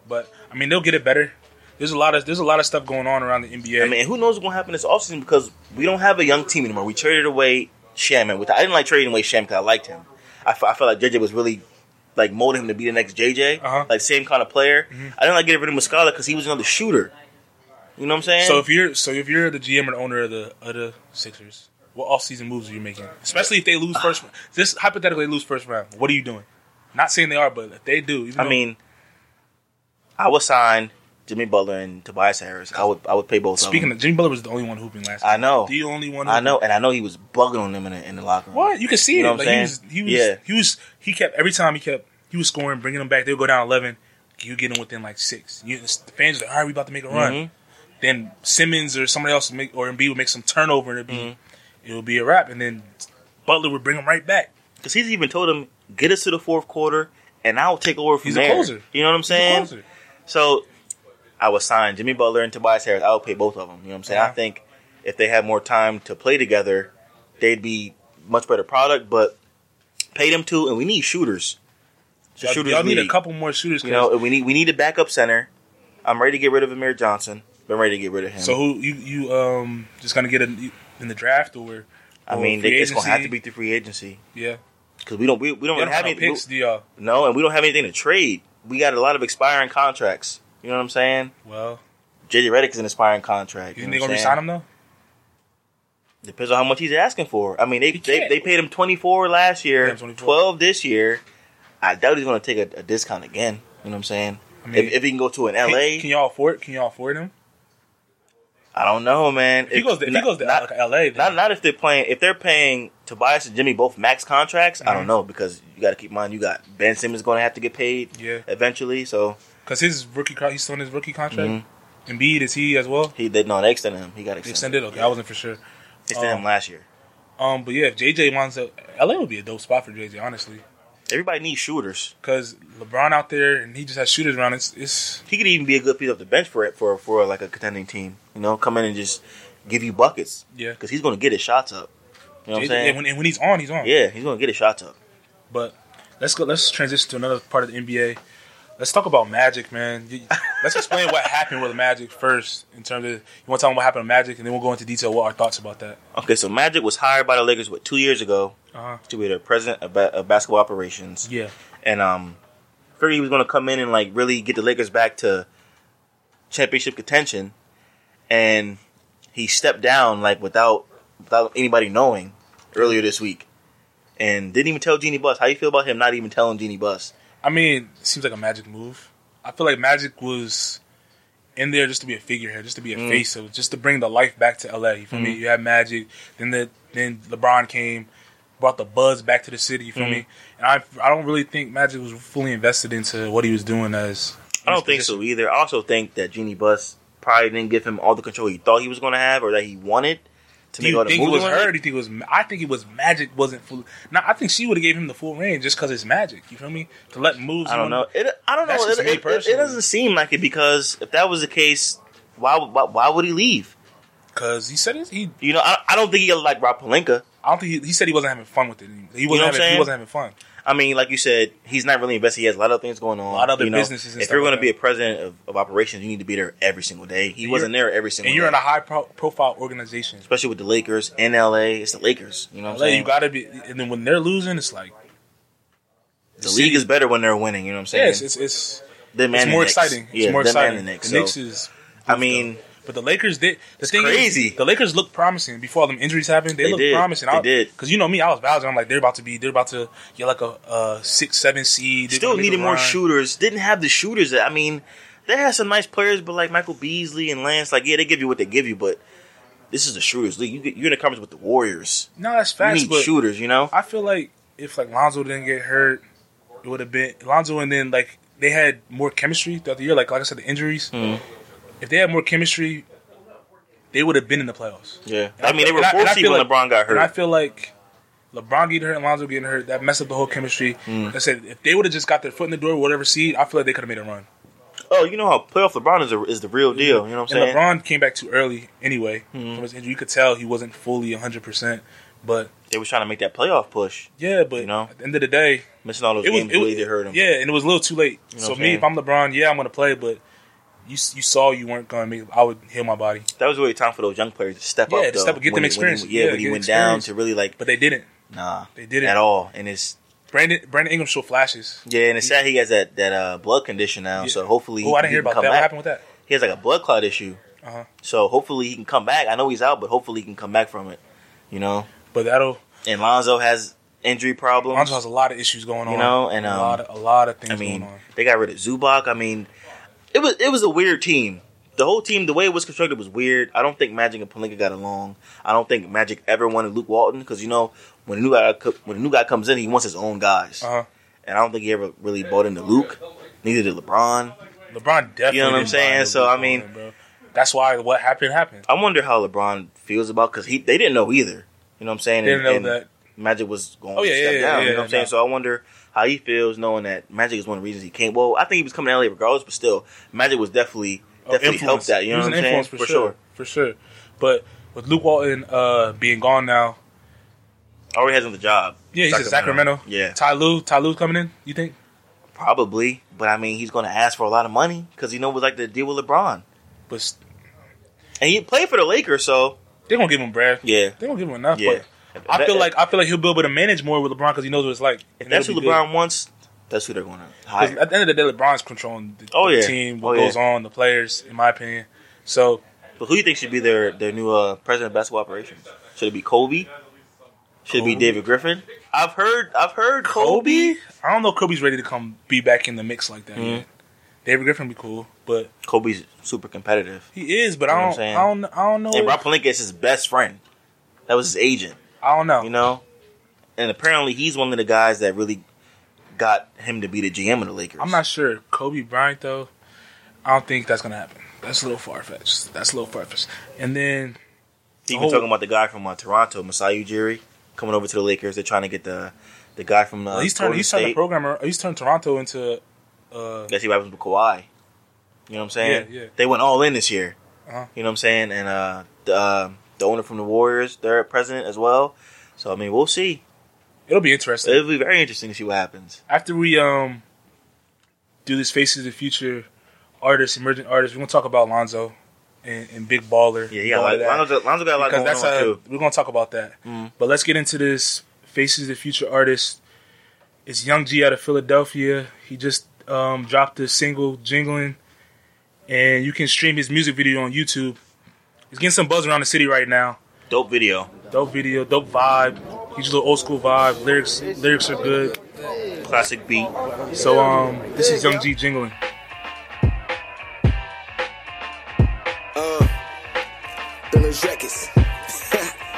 Speaker 2: But I mean, they'll get it better. There's a lot of there's a lot of stuff going on around the NBA.
Speaker 3: I mean, who knows what's gonna happen this offseason because we don't have a young team anymore. We traded away Shaman. With I didn't like trading away Shaman because I liked him. I fe- I felt like JJ was really like molding him to be the next JJ,
Speaker 2: Uh-huh. Mm-hmm.
Speaker 3: like same kind of player. I didn't like getting rid of Muscala because he was another shooter. You know what I'm saying?
Speaker 2: so if you're so if you're the GM and owner of the of the Sixers, what offseason moves are you making? Especially if they
Speaker 3: Uh,
Speaker 2: lose first, just hypothetically they lose first round. What are you doing? Not saying they are, but if they do, even
Speaker 3: I
Speaker 2: though-
Speaker 3: mean, I would sign Jimmy Butler and Tobias Harris. I would I would pay both.
Speaker 2: speaking
Speaker 3: of them.
Speaker 2: of Jimmy Butler was the only one hooping last.
Speaker 3: I know,
Speaker 2: night. the only one.
Speaker 3: I
Speaker 2: hooping.
Speaker 3: know, and I know he was bugging on them in the, in the locker room.
Speaker 2: What you can see
Speaker 3: You know
Speaker 2: it.
Speaker 3: what
Speaker 2: Like
Speaker 3: I'm
Speaker 2: he was,
Speaker 3: saying?
Speaker 2: he was,
Speaker 3: Yeah.
Speaker 2: he was, he kept every time he kept he was scoring, bringing them back. They'll go down eleven. You get them within like six. You, the fans are like, all right, we about to make a run.
Speaker 3: Mhm.
Speaker 2: Then Simmons or somebody else would make or Embiid would make some turnover and it'd be
Speaker 3: Mm-hmm.
Speaker 2: it'll be a wrap. And then Butler would bring them right back.
Speaker 3: Because he's even told him, get us to the fourth quarter, and I'll take over from
Speaker 2: He's a
Speaker 3: there.
Speaker 2: closer.
Speaker 3: You know what I'm saying?
Speaker 2: Closer.
Speaker 3: So I would sign Jimmy Butler and Tobias Harris. I would pay both of them. You know what I'm saying? I
Speaker 2: Yeah.
Speaker 3: think if they had more time to play together, they'd be much better product. But pay them too, and we need shooters. It's a
Speaker 2: Y'all,
Speaker 3: shooters
Speaker 2: y'all need a
Speaker 3: league.
Speaker 2: couple more shooters.
Speaker 3: You
Speaker 2: 'cause-
Speaker 3: know, we need we need a backup center. I'm ready to get rid of Amir Johnson. Been ready to get rid of him.
Speaker 2: so who you you um just gonna get in, in the draft or?
Speaker 3: I
Speaker 2: or
Speaker 3: mean, they,
Speaker 2: uh, free
Speaker 3: it's gonna have to
Speaker 2: agency?
Speaker 3: be through free agency
Speaker 2: yeah.
Speaker 3: because we don't we, we don't,
Speaker 2: Y'all don't
Speaker 3: have
Speaker 2: have no
Speaker 3: any
Speaker 2: picks, do y'all?
Speaker 3: no, and we don't have anything to trade. We got a lot of expiring contracts. You know what I'm saying?
Speaker 2: Well,
Speaker 3: JJ Redick is an expiring contract.
Speaker 2: you
Speaker 3: You,
Speaker 2: think
Speaker 3: know
Speaker 2: they gonna
Speaker 3: what I'm
Speaker 2: resign
Speaker 3: saying?
Speaker 2: him though?
Speaker 3: Depends on how much he's asking for. I mean, they
Speaker 2: He
Speaker 3: they,
Speaker 2: can't.
Speaker 3: they paid him 24 last year,
Speaker 2: Yeah, 24.
Speaker 3: 12 this year. I doubt he's gonna take a, a discount again. You know what I'm saying?
Speaker 2: I mean,
Speaker 3: if, if he can go to an LA,
Speaker 2: can, can y'all afford? Can y'all afford him?
Speaker 3: I don't know, man.
Speaker 2: If he goes to, if he
Speaker 3: not-
Speaker 2: goes to
Speaker 3: not-
Speaker 2: like L.A. then-
Speaker 3: Not not if they're playing if they're paying Tobias and Jimmy both max contracts. I
Speaker 2: Mhm.
Speaker 3: don't know because you got to keep in mind you got Ben Simmons going to have to get paid
Speaker 2: yeah,
Speaker 3: eventually. So
Speaker 2: because his rookie con- he's still in his rookie contract.
Speaker 3: Mm-hmm.
Speaker 2: Embiid is he as well?
Speaker 3: he did no they extended him. He got
Speaker 2: They
Speaker 3: extended.
Speaker 2: extended. Okay, I
Speaker 3: Yeah.
Speaker 2: wasn't for sure.
Speaker 3: They extended
Speaker 2: um,
Speaker 3: him last year.
Speaker 2: Um, but yeah, if JJ winds up, LA would be a dope spot for JJ, honestly,
Speaker 3: Everybody needs shooters.
Speaker 2: because LeBron out there and he just has shooters around. It's it's
Speaker 3: He could even be a good piece off the bench for it for for like a contending team. You know, come in and just give you buckets
Speaker 2: yeah.
Speaker 3: because he's going to get his shots up. You know what I'm
Speaker 2: JJ,
Speaker 3: saying?
Speaker 2: and, when, and when he's on, he's on.
Speaker 3: yeah, he's going to get his shots up.
Speaker 2: But let's go. Let's transition to another part of the NBA. Let's talk about Magic, man. You- Let's explain what happened with Magic first, in terms of you want to tell them what happened with Magic, and then we'll go into detail what our thoughts about that.
Speaker 3: Okay, so Magic was hired by the Lakers what two years ago
Speaker 2: Uh-huh.
Speaker 3: to be the president of, ba- of basketball operations.
Speaker 2: Yeah,
Speaker 3: and um, figured he was going to come in and like really get the Lakers back to championship contention, and he stepped down like without without anybody knowing earlier this week, and didn't even tell Jeannie Buss. How you feel about him not even telling Jeannie Buss?
Speaker 2: I mean, it seems like a Magic move. I feel like Magic was in there just to be a figurehead, just to be a
Speaker 3: Mm.
Speaker 2: face of, just to bring the life back to LA. You feel
Speaker 3: Mm-hmm.
Speaker 2: me? You had Magic, then the then LeBron came, brought the buzz back to the city. You feel
Speaker 3: Mm.
Speaker 2: me? And I I don't really think Magic was fully invested into what he was doing as.
Speaker 3: I don't think so either. I also think that Jeannie Buss probably didn't give him all the control he thought he was going to have or that he wanted to
Speaker 2: Do
Speaker 3: make
Speaker 2: you
Speaker 3: all the
Speaker 2: think it
Speaker 3: moves.
Speaker 2: was
Speaker 3: he wanted.
Speaker 2: her? Do you think it was? I think it was Magic wasn't full. Now I think she would have gave him the full range just because it's Magic. You feel me? To let moves.
Speaker 3: I don't know. It, I don't know.
Speaker 2: That's
Speaker 3: It,
Speaker 2: just me
Speaker 3: it- it- it
Speaker 2: personally.
Speaker 3: doesn't seem like it because if that was the case, why would- why, why would he leave?
Speaker 2: because he said it, he.
Speaker 3: You know, I, I don't think he like Rob Palenka.
Speaker 2: I don't think he, he said he wasn't having fun with it. He wasn't
Speaker 3: what I'm
Speaker 2: having. He
Speaker 3: saying?
Speaker 2: wasn't having fun.
Speaker 3: I mean, like you said, he's not really invested. He has a lot of things going on. A
Speaker 2: lot of other businesses and
Speaker 3: if
Speaker 2: stuff
Speaker 3: you're going
Speaker 2: like
Speaker 3: to be a
Speaker 2: that.
Speaker 3: president of, of operations, you need to be there every single day. He
Speaker 2: And
Speaker 3: wasn't there every single
Speaker 2: and you're in
Speaker 3: day.
Speaker 2: a high pro- profile organization.
Speaker 3: Especially with the Lakers in LA. It's the Lakers. You know what I'm
Speaker 2: LA,
Speaker 3: saying?
Speaker 2: you gotta be, and then when they're losing, it's like
Speaker 3: the league is better when they're winning. You know what I'm saying?
Speaker 2: yes, it's it's,
Speaker 3: Them
Speaker 2: it's
Speaker 3: and the
Speaker 2: more
Speaker 3: Knicks.
Speaker 2: exciting.
Speaker 3: Yeah,
Speaker 2: it's more
Speaker 3: them and
Speaker 2: exciting.
Speaker 3: The Knicks,
Speaker 2: the Knicks
Speaker 3: So,
Speaker 2: is,
Speaker 3: I mean,
Speaker 2: but the Lakers did. The thing
Speaker 3: crazy.
Speaker 2: is, the Lakers looked promising before all them injuries happened. They,
Speaker 3: They
Speaker 2: looked
Speaker 3: did.
Speaker 2: promising.
Speaker 3: They
Speaker 2: I,
Speaker 3: did.
Speaker 2: because you know me, I was vouching. I'm like they're about to be, they're about to get like a uh, six, seven seed. They're
Speaker 3: still
Speaker 2: gonna make a
Speaker 3: needed more
Speaker 2: run.
Speaker 3: shooters. Didn't have the shooters. That, I mean, they had some nice players, but like Michael Beasley and Lance, like, yeah, they give you what they give you, but this is the shooters league. You get, you're in a conference with the Warriors.
Speaker 2: No, that's
Speaker 3: You
Speaker 2: facts.
Speaker 3: need
Speaker 2: But
Speaker 3: shooters, you know?
Speaker 2: I feel like if like Lonzo didn't get hurt, it would have been Lonzo, and then like they had more chemistry throughout the year. Like like I said, the injuries.
Speaker 3: Mm-hmm.
Speaker 2: If they had more chemistry, they would have been in the playoffs.
Speaker 3: Yeah.
Speaker 2: And
Speaker 3: I mean, they were
Speaker 2: and I- and I
Speaker 3: four seed
Speaker 2: feel
Speaker 3: when
Speaker 2: like-
Speaker 3: LeBron got
Speaker 2: And I
Speaker 3: hurt.
Speaker 2: feel like LeBron getting hurt and Lonzo getting hurt that messed up the whole chemistry.
Speaker 3: Mm.
Speaker 2: Like I said if they would have just got their foot in the door, whatever seed, I feel like they could have made a run.
Speaker 3: Oh, you know how playoff LeBron is, a, is the real deal. You know what I'm
Speaker 2: And
Speaker 3: saying? Mm-hmm.
Speaker 2: LeBron came back too early anyway from his injury. You could tell he wasn't fully 100. percent But
Speaker 3: they were trying to make that playoff push,
Speaker 2: yeah, but
Speaker 3: You know?
Speaker 2: at the end of the day,
Speaker 3: missing all those
Speaker 2: it was
Speaker 3: games
Speaker 2: it
Speaker 3: really
Speaker 2: was-
Speaker 3: did hurt him.
Speaker 2: Yeah, and it was a little too late.
Speaker 3: know
Speaker 2: so
Speaker 3: what I'm
Speaker 2: me, if I'm
Speaker 3: saying?
Speaker 2: LeBron, yeah, I'm gonna play, but you s- you saw you weren't gonna make. I would heal my body,
Speaker 3: That was really time for those young players to step
Speaker 2: Yeah,
Speaker 3: up.
Speaker 2: to
Speaker 3: though,
Speaker 2: step up, get
Speaker 3: when
Speaker 2: them
Speaker 3: he- when he-
Speaker 2: experience.
Speaker 3: yeah,
Speaker 2: Yeah,
Speaker 3: when he
Speaker 2: get
Speaker 3: went down
Speaker 2: experience.
Speaker 3: to really like
Speaker 2: but they didn't.
Speaker 3: nah,
Speaker 2: They didn't.
Speaker 3: at all. And it's
Speaker 2: Brandon Brandon Ingram showed flashes.
Speaker 3: yeah, and it's sad he has that that uh, blood condition now.
Speaker 2: Yeah.
Speaker 3: So hopefully,
Speaker 2: Oh, I didn't hear
Speaker 3: can
Speaker 2: about
Speaker 3: come
Speaker 2: that. What
Speaker 3: back.
Speaker 2: happened with that?
Speaker 3: He has like a blood clot issue.
Speaker 2: Uh-huh.
Speaker 3: So hopefully he can come back. I know he's out, but hopefully he can come back from it. You know,
Speaker 2: But that'll
Speaker 3: and Lonzo has injury problems.
Speaker 2: Lonzo has a lot of issues going on.
Speaker 3: You know, and, um,
Speaker 2: a lot of, a lot of things
Speaker 3: I mean,
Speaker 2: going on.
Speaker 3: they got rid of Zubac. I mean, it was it was a weird team. The whole team, the way it was constructed, was weird. I don't think Magic and Palinka got along. I don't think Magic ever wanted Luke Walton because you know when a new guy co- when a new guy comes in, he wants his own guys,
Speaker 2: Uh huh.
Speaker 3: and I don't think he ever really bought into Luke. Neither did LeBron.
Speaker 2: LeBron definitely.
Speaker 3: You know what I'm
Speaker 2: didn't
Speaker 3: saying?
Speaker 2: buy into
Speaker 3: So,
Speaker 2: LeBron,
Speaker 3: I mean-
Speaker 2: bro. that's why what happened happened.
Speaker 3: I wonder how LeBron feels about because he they didn't know either. You know what I'm saying?
Speaker 2: They didn't know
Speaker 3: And- and
Speaker 2: that.
Speaker 3: Magic was going
Speaker 2: Oh, yeah,
Speaker 3: to step
Speaker 2: yeah, yeah,
Speaker 3: down. you
Speaker 2: yeah,
Speaker 3: know what I'm saying?
Speaker 2: no.
Speaker 3: So I wonder how he feels knowing that Magic is one of the reasons he came. Well, I think he was coming to LA regardless, but still, Magic was definitely
Speaker 2: Oh,
Speaker 3: definitely
Speaker 2: influence.
Speaker 3: helped that. You know
Speaker 2: He was
Speaker 3: what I'm
Speaker 2: an
Speaker 3: saying?
Speaker 2: influence For, sure. for sure. But with Luke Walton uh, being gone now,
Speaker 3: already has another job.
Speaker 2: Yeah, he's in Sacramento.
Speaker 3: Yeah,
Speaker 2: Ty Lue, Ty Lue's coming in. You think?
Speaker 3: probably. But I mean, he's going to ask for a lot of money because he knows what like to deal with LeBron,
Speaker 2: But s-
Speaker 3: and he played for the Lakers, so
Speaker 2: they gonna give him bread.
Speaker 3: yeah,
Speaker 2: They gonna give him enough.
Speaker 3: yeah.
Speaker 2: But I feel like I feel like he'll be able to manage more with LeBron because he knows what it's like.
Speaker 3: if
Speaker 2: And
Speaker 3: that's who
Speaker 2: it'll be good.
Speaker 3: LeBron wants, that's who they're going to
Speaker 2: 'Cause
Speaker 3: hire.
Speaker 2: At the end of the day, LeBron's controlling the,
Speaker 3: Oh,
Speaker 2: the
Speaker 3: yeah.
Speaker 2: team, what
Speaker 3: Oh, yeah.
Speaker 2: goes on, the players, in my opinion. So
Speaker 3: But who do you think should be their their new uh, president of basketball operations? Should it be Kobe? Should it be
Speaker 2: Kobe?
Speaker 3: David Griffin? I've heard I've heard Kobe.
Speaker 2: Kobe, I don't know. if Kobe's ready to come be back in the mix like that.
Speaker 3: Mhm.
Speaker 2: yet. David Griffin be cool, but
Speaker 3: Kobe's super competitive.
Speaker 2: he is. But
Speaker 3: You know
Speaker 2: I
Speaker 3: what I'm
Speaker 2: don't.
Speaker 3: saying?
Speaker 2: I don't. I don't know.
Speaker 3: And Rob Palinka is his best friend. That was his agent,
Speaker 2: I don't know.
Speaker 3: you know? And apparently he's one of the guys that really got him to be the GM of the Lakers.
Speaker 2: I'm not sure. Kobe Bryant though, I don't think that's gonna happen. That's a little far fetched. That's a little far fetched. And then
Speaker 3: even
Speaker 2: Oh.
Speaker 3: talking about the guy from uh, Toronto, Masai Ujiri, coming over to the Lakers. They're trying to get the the guy from uh,
Speaker 2: he's turning.
Speaker 3: Golden
Speaker 2: He's turning the
Speaker 3: State.
Speaker 2: programmer. He's turned Toronto into. Uh,
Speaker 3: Let's see what happens with Kawhi. You know what I'm saying?
Speaker 2: Yeah, yeah.
Speaker 3: They went all in this year.
Speaker 2: Uh-huh.
Speaker 3: You know what I'm saying? And uh, the, uh, the owner from the Warriors, they're president as well. So I mean, we'll see.
Speaker 2: it'll be interesting.
Speaker 3: It'll be very interesting to see what happens.
Speaker 2: after we um do this faces the future artists, emerging artists, we're gonna talk about Lonzo and, and Big Baller.
Speaker 3: Yeah,
Speaker 2: and
Speaker 3: yeah.
Speaker 2: all
Speaker 3: Like,
Speaker 2: of that.
Speaker 3: Lonzo, Lonzo got a lot
Speaker 2: because
Speaker 3: going
Speaker 2: that's
Speaker 3: on
Speaker 2: a,
Speaker 3: too.
Speaker 2: we're gonna talk about that.
Speaker 3: Mhm.
Speaker 2: But let's get into this faces the future artist. It's Young G out of Philadelphia. He just um, dropped a single jingling, and you can stream his music video on YouTube. He's getting some buzz around the city right now.
Speaker 3: Dope video.
Speaker 2: Dope video, dope vibe. He's a little old school vibe. Lyrics, lyrics are good.
Speaker 3: Classic beat.
Speaker 2: So um, this is Young G jingling.
Speaker 4: Uh, Billy's <laughs> Records.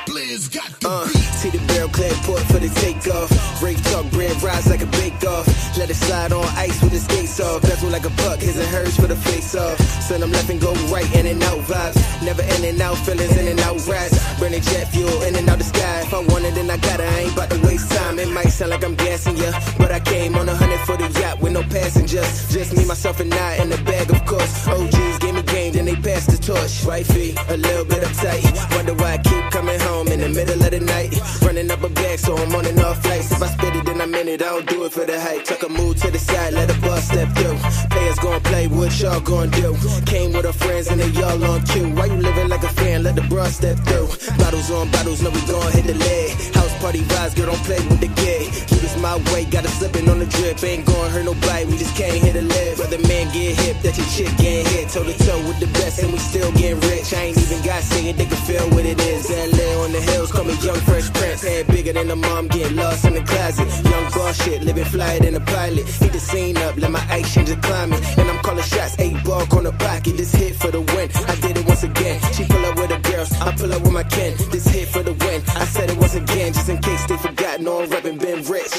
Speaker 5: Blizz got the
Speaker 4: Uh,
Speaker 5: beat.
Speaker 4: see the barrel clad port for the takeoff. Rave talk, bread rise like a bake off. Let it slide on ice with the skates off. Bezel like a puck, his and hers for the face off. Send them left and go right, in and out vibes. Never in and out, feelings in and out rides. Burning jet fuel, in and out the sky. If I want it, then I got it. I ain't about to waste time. It might sound like I'm gassing ya, but I came on a hundred for the yacht with no passengers. Just me, myself, and I in the bag, of course. OGs gave me game, then they passed the torch. Wifey, a little bit uptight. Wonder why I keep coming home in the middle of the night. Running up a bag, so I'm on and off flights. If I spit it, then I'm in it. I don't do it for the hype. Tuck a move to the side, let a bus step through. Players gon' play, what y'all gon' do? Came with her friends and they all on cue. Why you living like a fan? Let the bra step through. Bottles on bottles, no, we gon' hit the leg. House party vibes, girl, don't play with the gay. Keep this my way, got it slipping on the drip. Ain't gon' hurt nobody, we just can't hit a lift. Rather man get hip, that your chick getting hit. Toe to toe with the best, and we still getting rich. I ain't even got singing, they can feel what it is. LA on the hills, call me Young Fresh Prince. Head bigger than a mom, getting lost in the closet. Young boss shit, living flyer than a pilot. Hit the scene up, let my ice change the climate. And I'm calling shots, eight ball on the pocket. This hit for the win, I did it once again. She pull up with her girls, I pull up with my kin. This hit for the win, I said it once again, just in case they forgot. No, I'm reppin' been rich.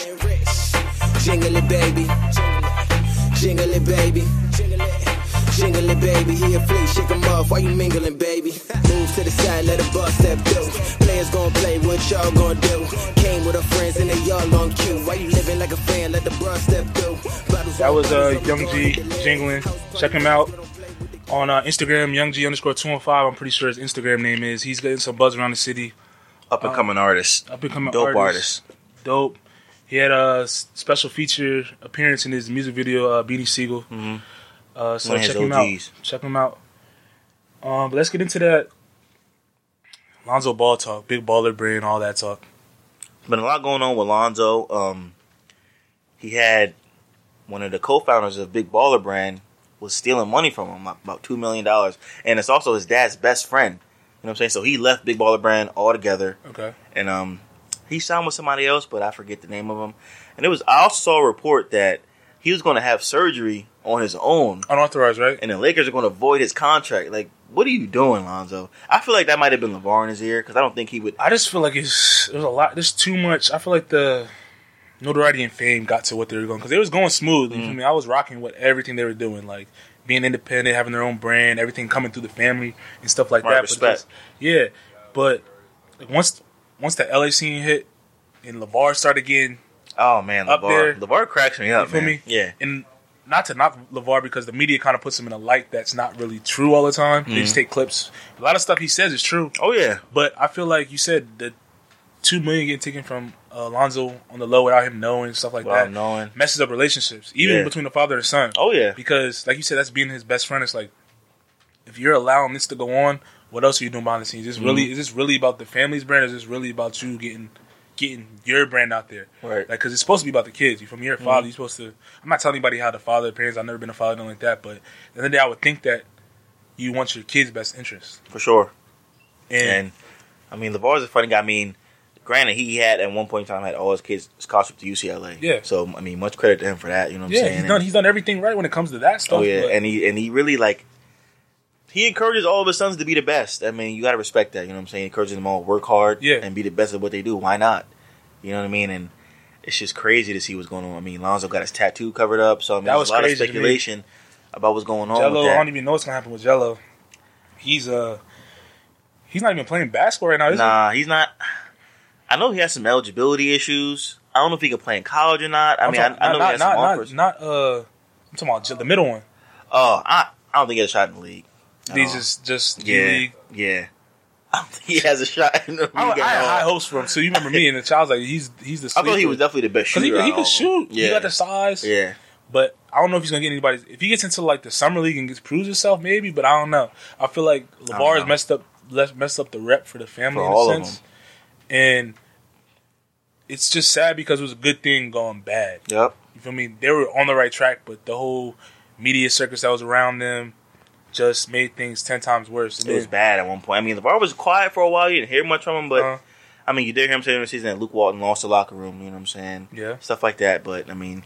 Speaker 4: Jingle it, baby. Jingle it, baby. Jingle it, baby. He a flea, shake him off. Why you mingling, baby? Move to the side, let a bus step through. Players gon' play, what y'all gon' do? Came with her friends and they all on cue. Why you living like a fan? Let the bus step through.
Speaker 2: That was uh, Young G jingling. Check him out on uh, Instagram, Young G underscore two one five. I'm pretty sure his Instagram name is. He's getting some buzz around the city.
Speaker 3: Up and coming artist.
Speaker 2: Up and coming
Speaker 3: Dope
Speaker 2: Uh, artist.
Speaker 3: artist.
Speaker 2: Dope. He had a s- special feature appearance in his music video, uh, Beanie Siegel. Uh, so
Speaker 3: Mm-hmm. One of his
Speaker 2: check him
Speaker 3: OGs.
Speaker 2: out. Check him out. Um, but let's get into that Lonzo Ball talk, big baller brain, all that talk.
Speaker 3: Been a lot going on with Lonzo. Um, he had one of the co-founders of Big Baller Brand was stealing money from him, about two million dollars, and it's also his dad's best friend. You know what I'm saying? So he left Big Baller Brand altogether.
Speaker 2: Okay.
Speaker 3: and um, he signed with somebody else, but I forget the name of him. And it was I also saw a report that he was going to have surgery on his own,
Speaker 2: Unauthorized, right?
Speaker 3: and the Lakers are going to void his contract. Like, what are you doing, Lonzo? I feel like that might have been LeVar in his ear because I don't think he would.
Speaker 2: I just feel like it's there's a lot. There's too much. I feel like the notoriety and fame got to what they were going because they was going smooth. You feel
Speaker 3: Mm-hmm.
Speaker 2: me? I was rocking with everything they were doing, like being independent, having their own brand, everything coming through the family and stuff like
Speaker 3: Right,
Speaker 2: that. But
Speaker 3: respect.
Speaker 2: just- yeah, but like, once once the LA scene hit and Levar started getting
Speaker 3: Oh man,
Speaker 2: Up there.
Speaker 3: LeVar, LeVar cracks me up.
Speaker 2: You feel
Speaker 3: man.
Speaker 2: me?
Speaker 3: Yeah,
Speaker 2: and not to knock Levar because the media kind of puts him in a light that's not really true all the
Speaker 3: Mm-hmm.
Speaker 2: time. They just take clips. A lot of stuff he says is true.
Speaker 3: Oh yeah,
Speaker 2: But I feel like you said that two million getting taken from uh, Alonzo on the low without him knowing stuff like
Speaker 3: Without
Speaker 2: that
Speaker 3: knowing.
Speaker 2: messes up relationships, even
Speaker 3: Yeah.
Speaker 2: between the father and son.
Speaker 3: Oh yeah,
Speaker 2: because like you said, that's being his best friend. It's like if you're allowing this to go on, what else are you doing behind the scenes? Is this really is this really about the family's brand? Or is this really about you getting getting your brand out there?
Speaker 3: Right.
Speaker 2: Like, cause it's supposed to be about the kids. You from your father, you're supposed to. I'm not telling anybody how to father their parents. I've never been a father, nothing like that. But at the end of the day, I would think that you want your kids' best interest.
Speaker 3: for sure.
Speaker 2: And,
Speaker 3: And I mean, LeVar's a funny guy. I mean, granted, he had at one point in time had all his kids scholarship to UCLA.
Speaker 2: Yeah.
Speaker 3: So I mean, much credit to him for that. You know what I'm
Speaker 2: yeah,
Speaker 3: saying?
Speaker 2: he's done
Speaker 3: And-
Speaker 2: he's done everything right when it comes to that stuff.
Speaker 3: oh yeah,
Speaker 2: but-
Speaker 3: and he and he really like he encourages all of his sons to be the best. I mean, you got to respect that. You know what I'm saying? He encourages them all to work hard.
Speaker 2: Yeah.
Speaker 3: And be the best at what they do. Why not? You know what I mean? And it's just crazy to see what's going on. I mean, Lonzo got his tattoo covered up, so I mean,
Speaker 2: That
Speaker 3: there's
Speaker 2: was
Speaker 3: a lot of
Speaker 2: crazy to me.
Speaker 3: speculation about what's going on.
Speaker 2: Jello,
Speaker 3: with
Speaker 2: I
Speaker 3: that.
Speaker 2: don't even know what's gonna happen with Jello. He's uh he's not even playing basketball right now, is he?
Speaker 3: Nah, he's not. I know he has some eligibility issues. I don't know if he can play in college or not. I
Speaker 2: I'm
Speaker 3: mean,
Speaker 2: talking-
Speaker 3: I, I know he
Speaker 2: not,
Speaker 3: has
Speaker 2: not,
Speaker 3: some
Speaker 2: not,
Speaker 3: offers.
Speaker 2: not, uh, I'm talking about the middle one.
Speaker 3: oh, I, I don't think he has a shot in the league. at
Speaker 2: These
Speaker 3: all.
Speaker 2: is just G
Speaker 3: Oh. yeah,
Speaker 2: League.
Speaker 3: yeah. I don't think he has a shot in the league.
Speaker 2: I, I
Speaker 3: at
Speaker 2: had high
Speaker 3: all.
Speaker 2: hopes for him. So you remember me and the child's like he's he's the.
Speaker 3: <laughs> I thought he was
Speaker 2: because
Speaker 3: definitely the best shooter.
Speaker 2: he, could- he
Speaker 3: out of all
Speaker 2: could shoot.
Speaker 3: of them. Yeah,
Speaker 2: He got the size.
Speaker 3: yeah.
Speaker 2: But I don't know if he's gonna get anybody. If he gets into like the summer league and gets proves himself, maybe. But I don't know. I feel like Levar
Speaker 3: don't know.
Speaker 2: has messed up less- messed up the rep for the family
Speaker 3: For
Speaker 2: in
Speaker 3: all
Speaker 2: a
Speaker 3: of
Speaker 2: sense. And it's just sad because it was a good thing gone bad.
Speaker 3: Yep.
Speaker 2: You feel me? They were on the right track, but the whole media circus that was around them just made things ten times worse. And
Speaker 3: It was
Speaker 2: then-
Speaker 3: bad at one point. I mean, LeVar was quiet for a while. You didn't hear much from him, but
Speaker 2: Uh-huh.
Speaker 3: I mean, you did hear him say during the season that Luke Walton lost the locker room. You know what I'm saying?
Speaker 2: Yeah.
Speaker 3: Stuff like that. But I mean,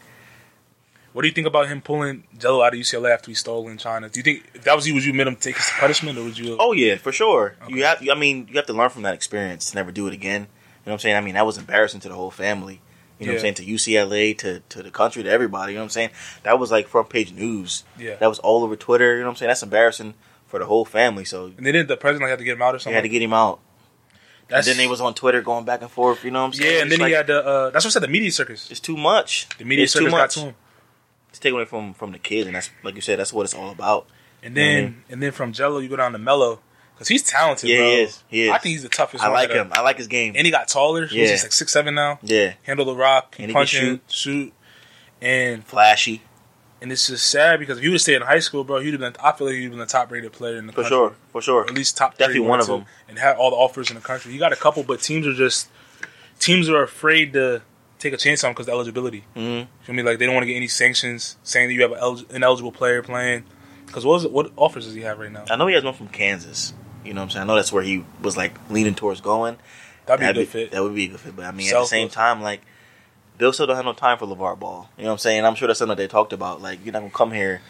Speaker 2: What do you think about him pulling Jello out of UCLA after he stole in China? Do you think if that was you, would you admit him taking some punishment, or would you?
Speaker 3: Oh yeah, for sure.
Speaker 2: Okay.
Speaker 3: You have. I mean, you have to learn from that experience to never do it again. You know what I'm saying? I mean, that was embarrassing to the whole family. You know what
Speaker 2: Yeah.
Speaker 3: I'm saying? To UCLA, to to the country, to everybody. You know what I'm saying? That was like front page news.
Speaker 2: Yeah.
Speaker 3: That was all over Twitter. You know what I'm saying? That's embarrassing for the whole family. So
Speaker 2: and then did the president like, had to get him out or
Speaker 3: they
Speaker 2: something.
Speaker 3: had to get him out.
Speaker 2: That's-
Speaker 3: and then they was on Twitter going back and forth. You know what I'm saying?
Speaker 2: yeah, and
Speaker 3: It's
Speaker 2: then he
Speaker 3: like,
Speaker 2: had the. Uh, that's what I said. The media circus.
Speaker 3: It's too much.
Speaker 2: The media
Speaker 3: it's
Speaker 2: circus
Speaker 3: too
Speaker 2: got
Speaker 3: much
Speaker 2: to him,
Speaker 3: It's taken away from from the kids, and that's like you said. That's what it's all about.
Speaker 2: and then and then from Jello you go down to Mello because he's talented.
Speaker 3: Mm-hmm. Yeah,
Speaker 2: bro.
Speaker 3: he is. He is.
Speaker 2: I think he's the toughest.
Speaker 3: I
Speaker 2: one
Speaker 3: like
Speaker 2: out of-
Speaker 3: him. I like his game.
Speaker 2: And he got taller. So
Speaker 3: Yeah.
Speaker 2: he's just like six seven now.
Speaker 3: yeah,
Speaker 2: Handle the rock.
Speaker 3: And he can
Speaker 2: punch shoot. shoot. And
Speaker 3: flashy
Speaker 2: And it's just sad because if you would have stayed in high school, bro, you'd have been. I feel like you'd have been the top rated player in the
Speaker 3: for
Speaker 2: country.
Speaker 3: sure. For sure.
Speaker 2: Or at least top
Speaker 3: Definitely
Speaker 2: 31
Speaker 3: one of
Speaker 2: too,
Speaker 3: them.
Speaker 2: and had all the offers in the country. You got a couple, but teams are just teams are afraid to take a chance on because the eligibility.
Speaker 3: Mhm.
Speaker 2: Feel me? Like they don't want to get any sanctions saying that you have an el- ineligible player playing. Because what, is it- what offers does he have right now?
Speaker 3: I know he has one from Kansas. You know what I'm saying? I know that's where he was like leaning towards going.
Speaker 2: That'd be
Speaker 3: That'd
Speaker 2: a good fit.
Speaker 3: That would be a good fit. But I mean, at the
Speaker 2: Selfless.
Speaker 3: same time, like Bill still don't have no time for LeVar Ball. You know what I'm saying? I'm sure that's something they talked about. Like you're not gonna come here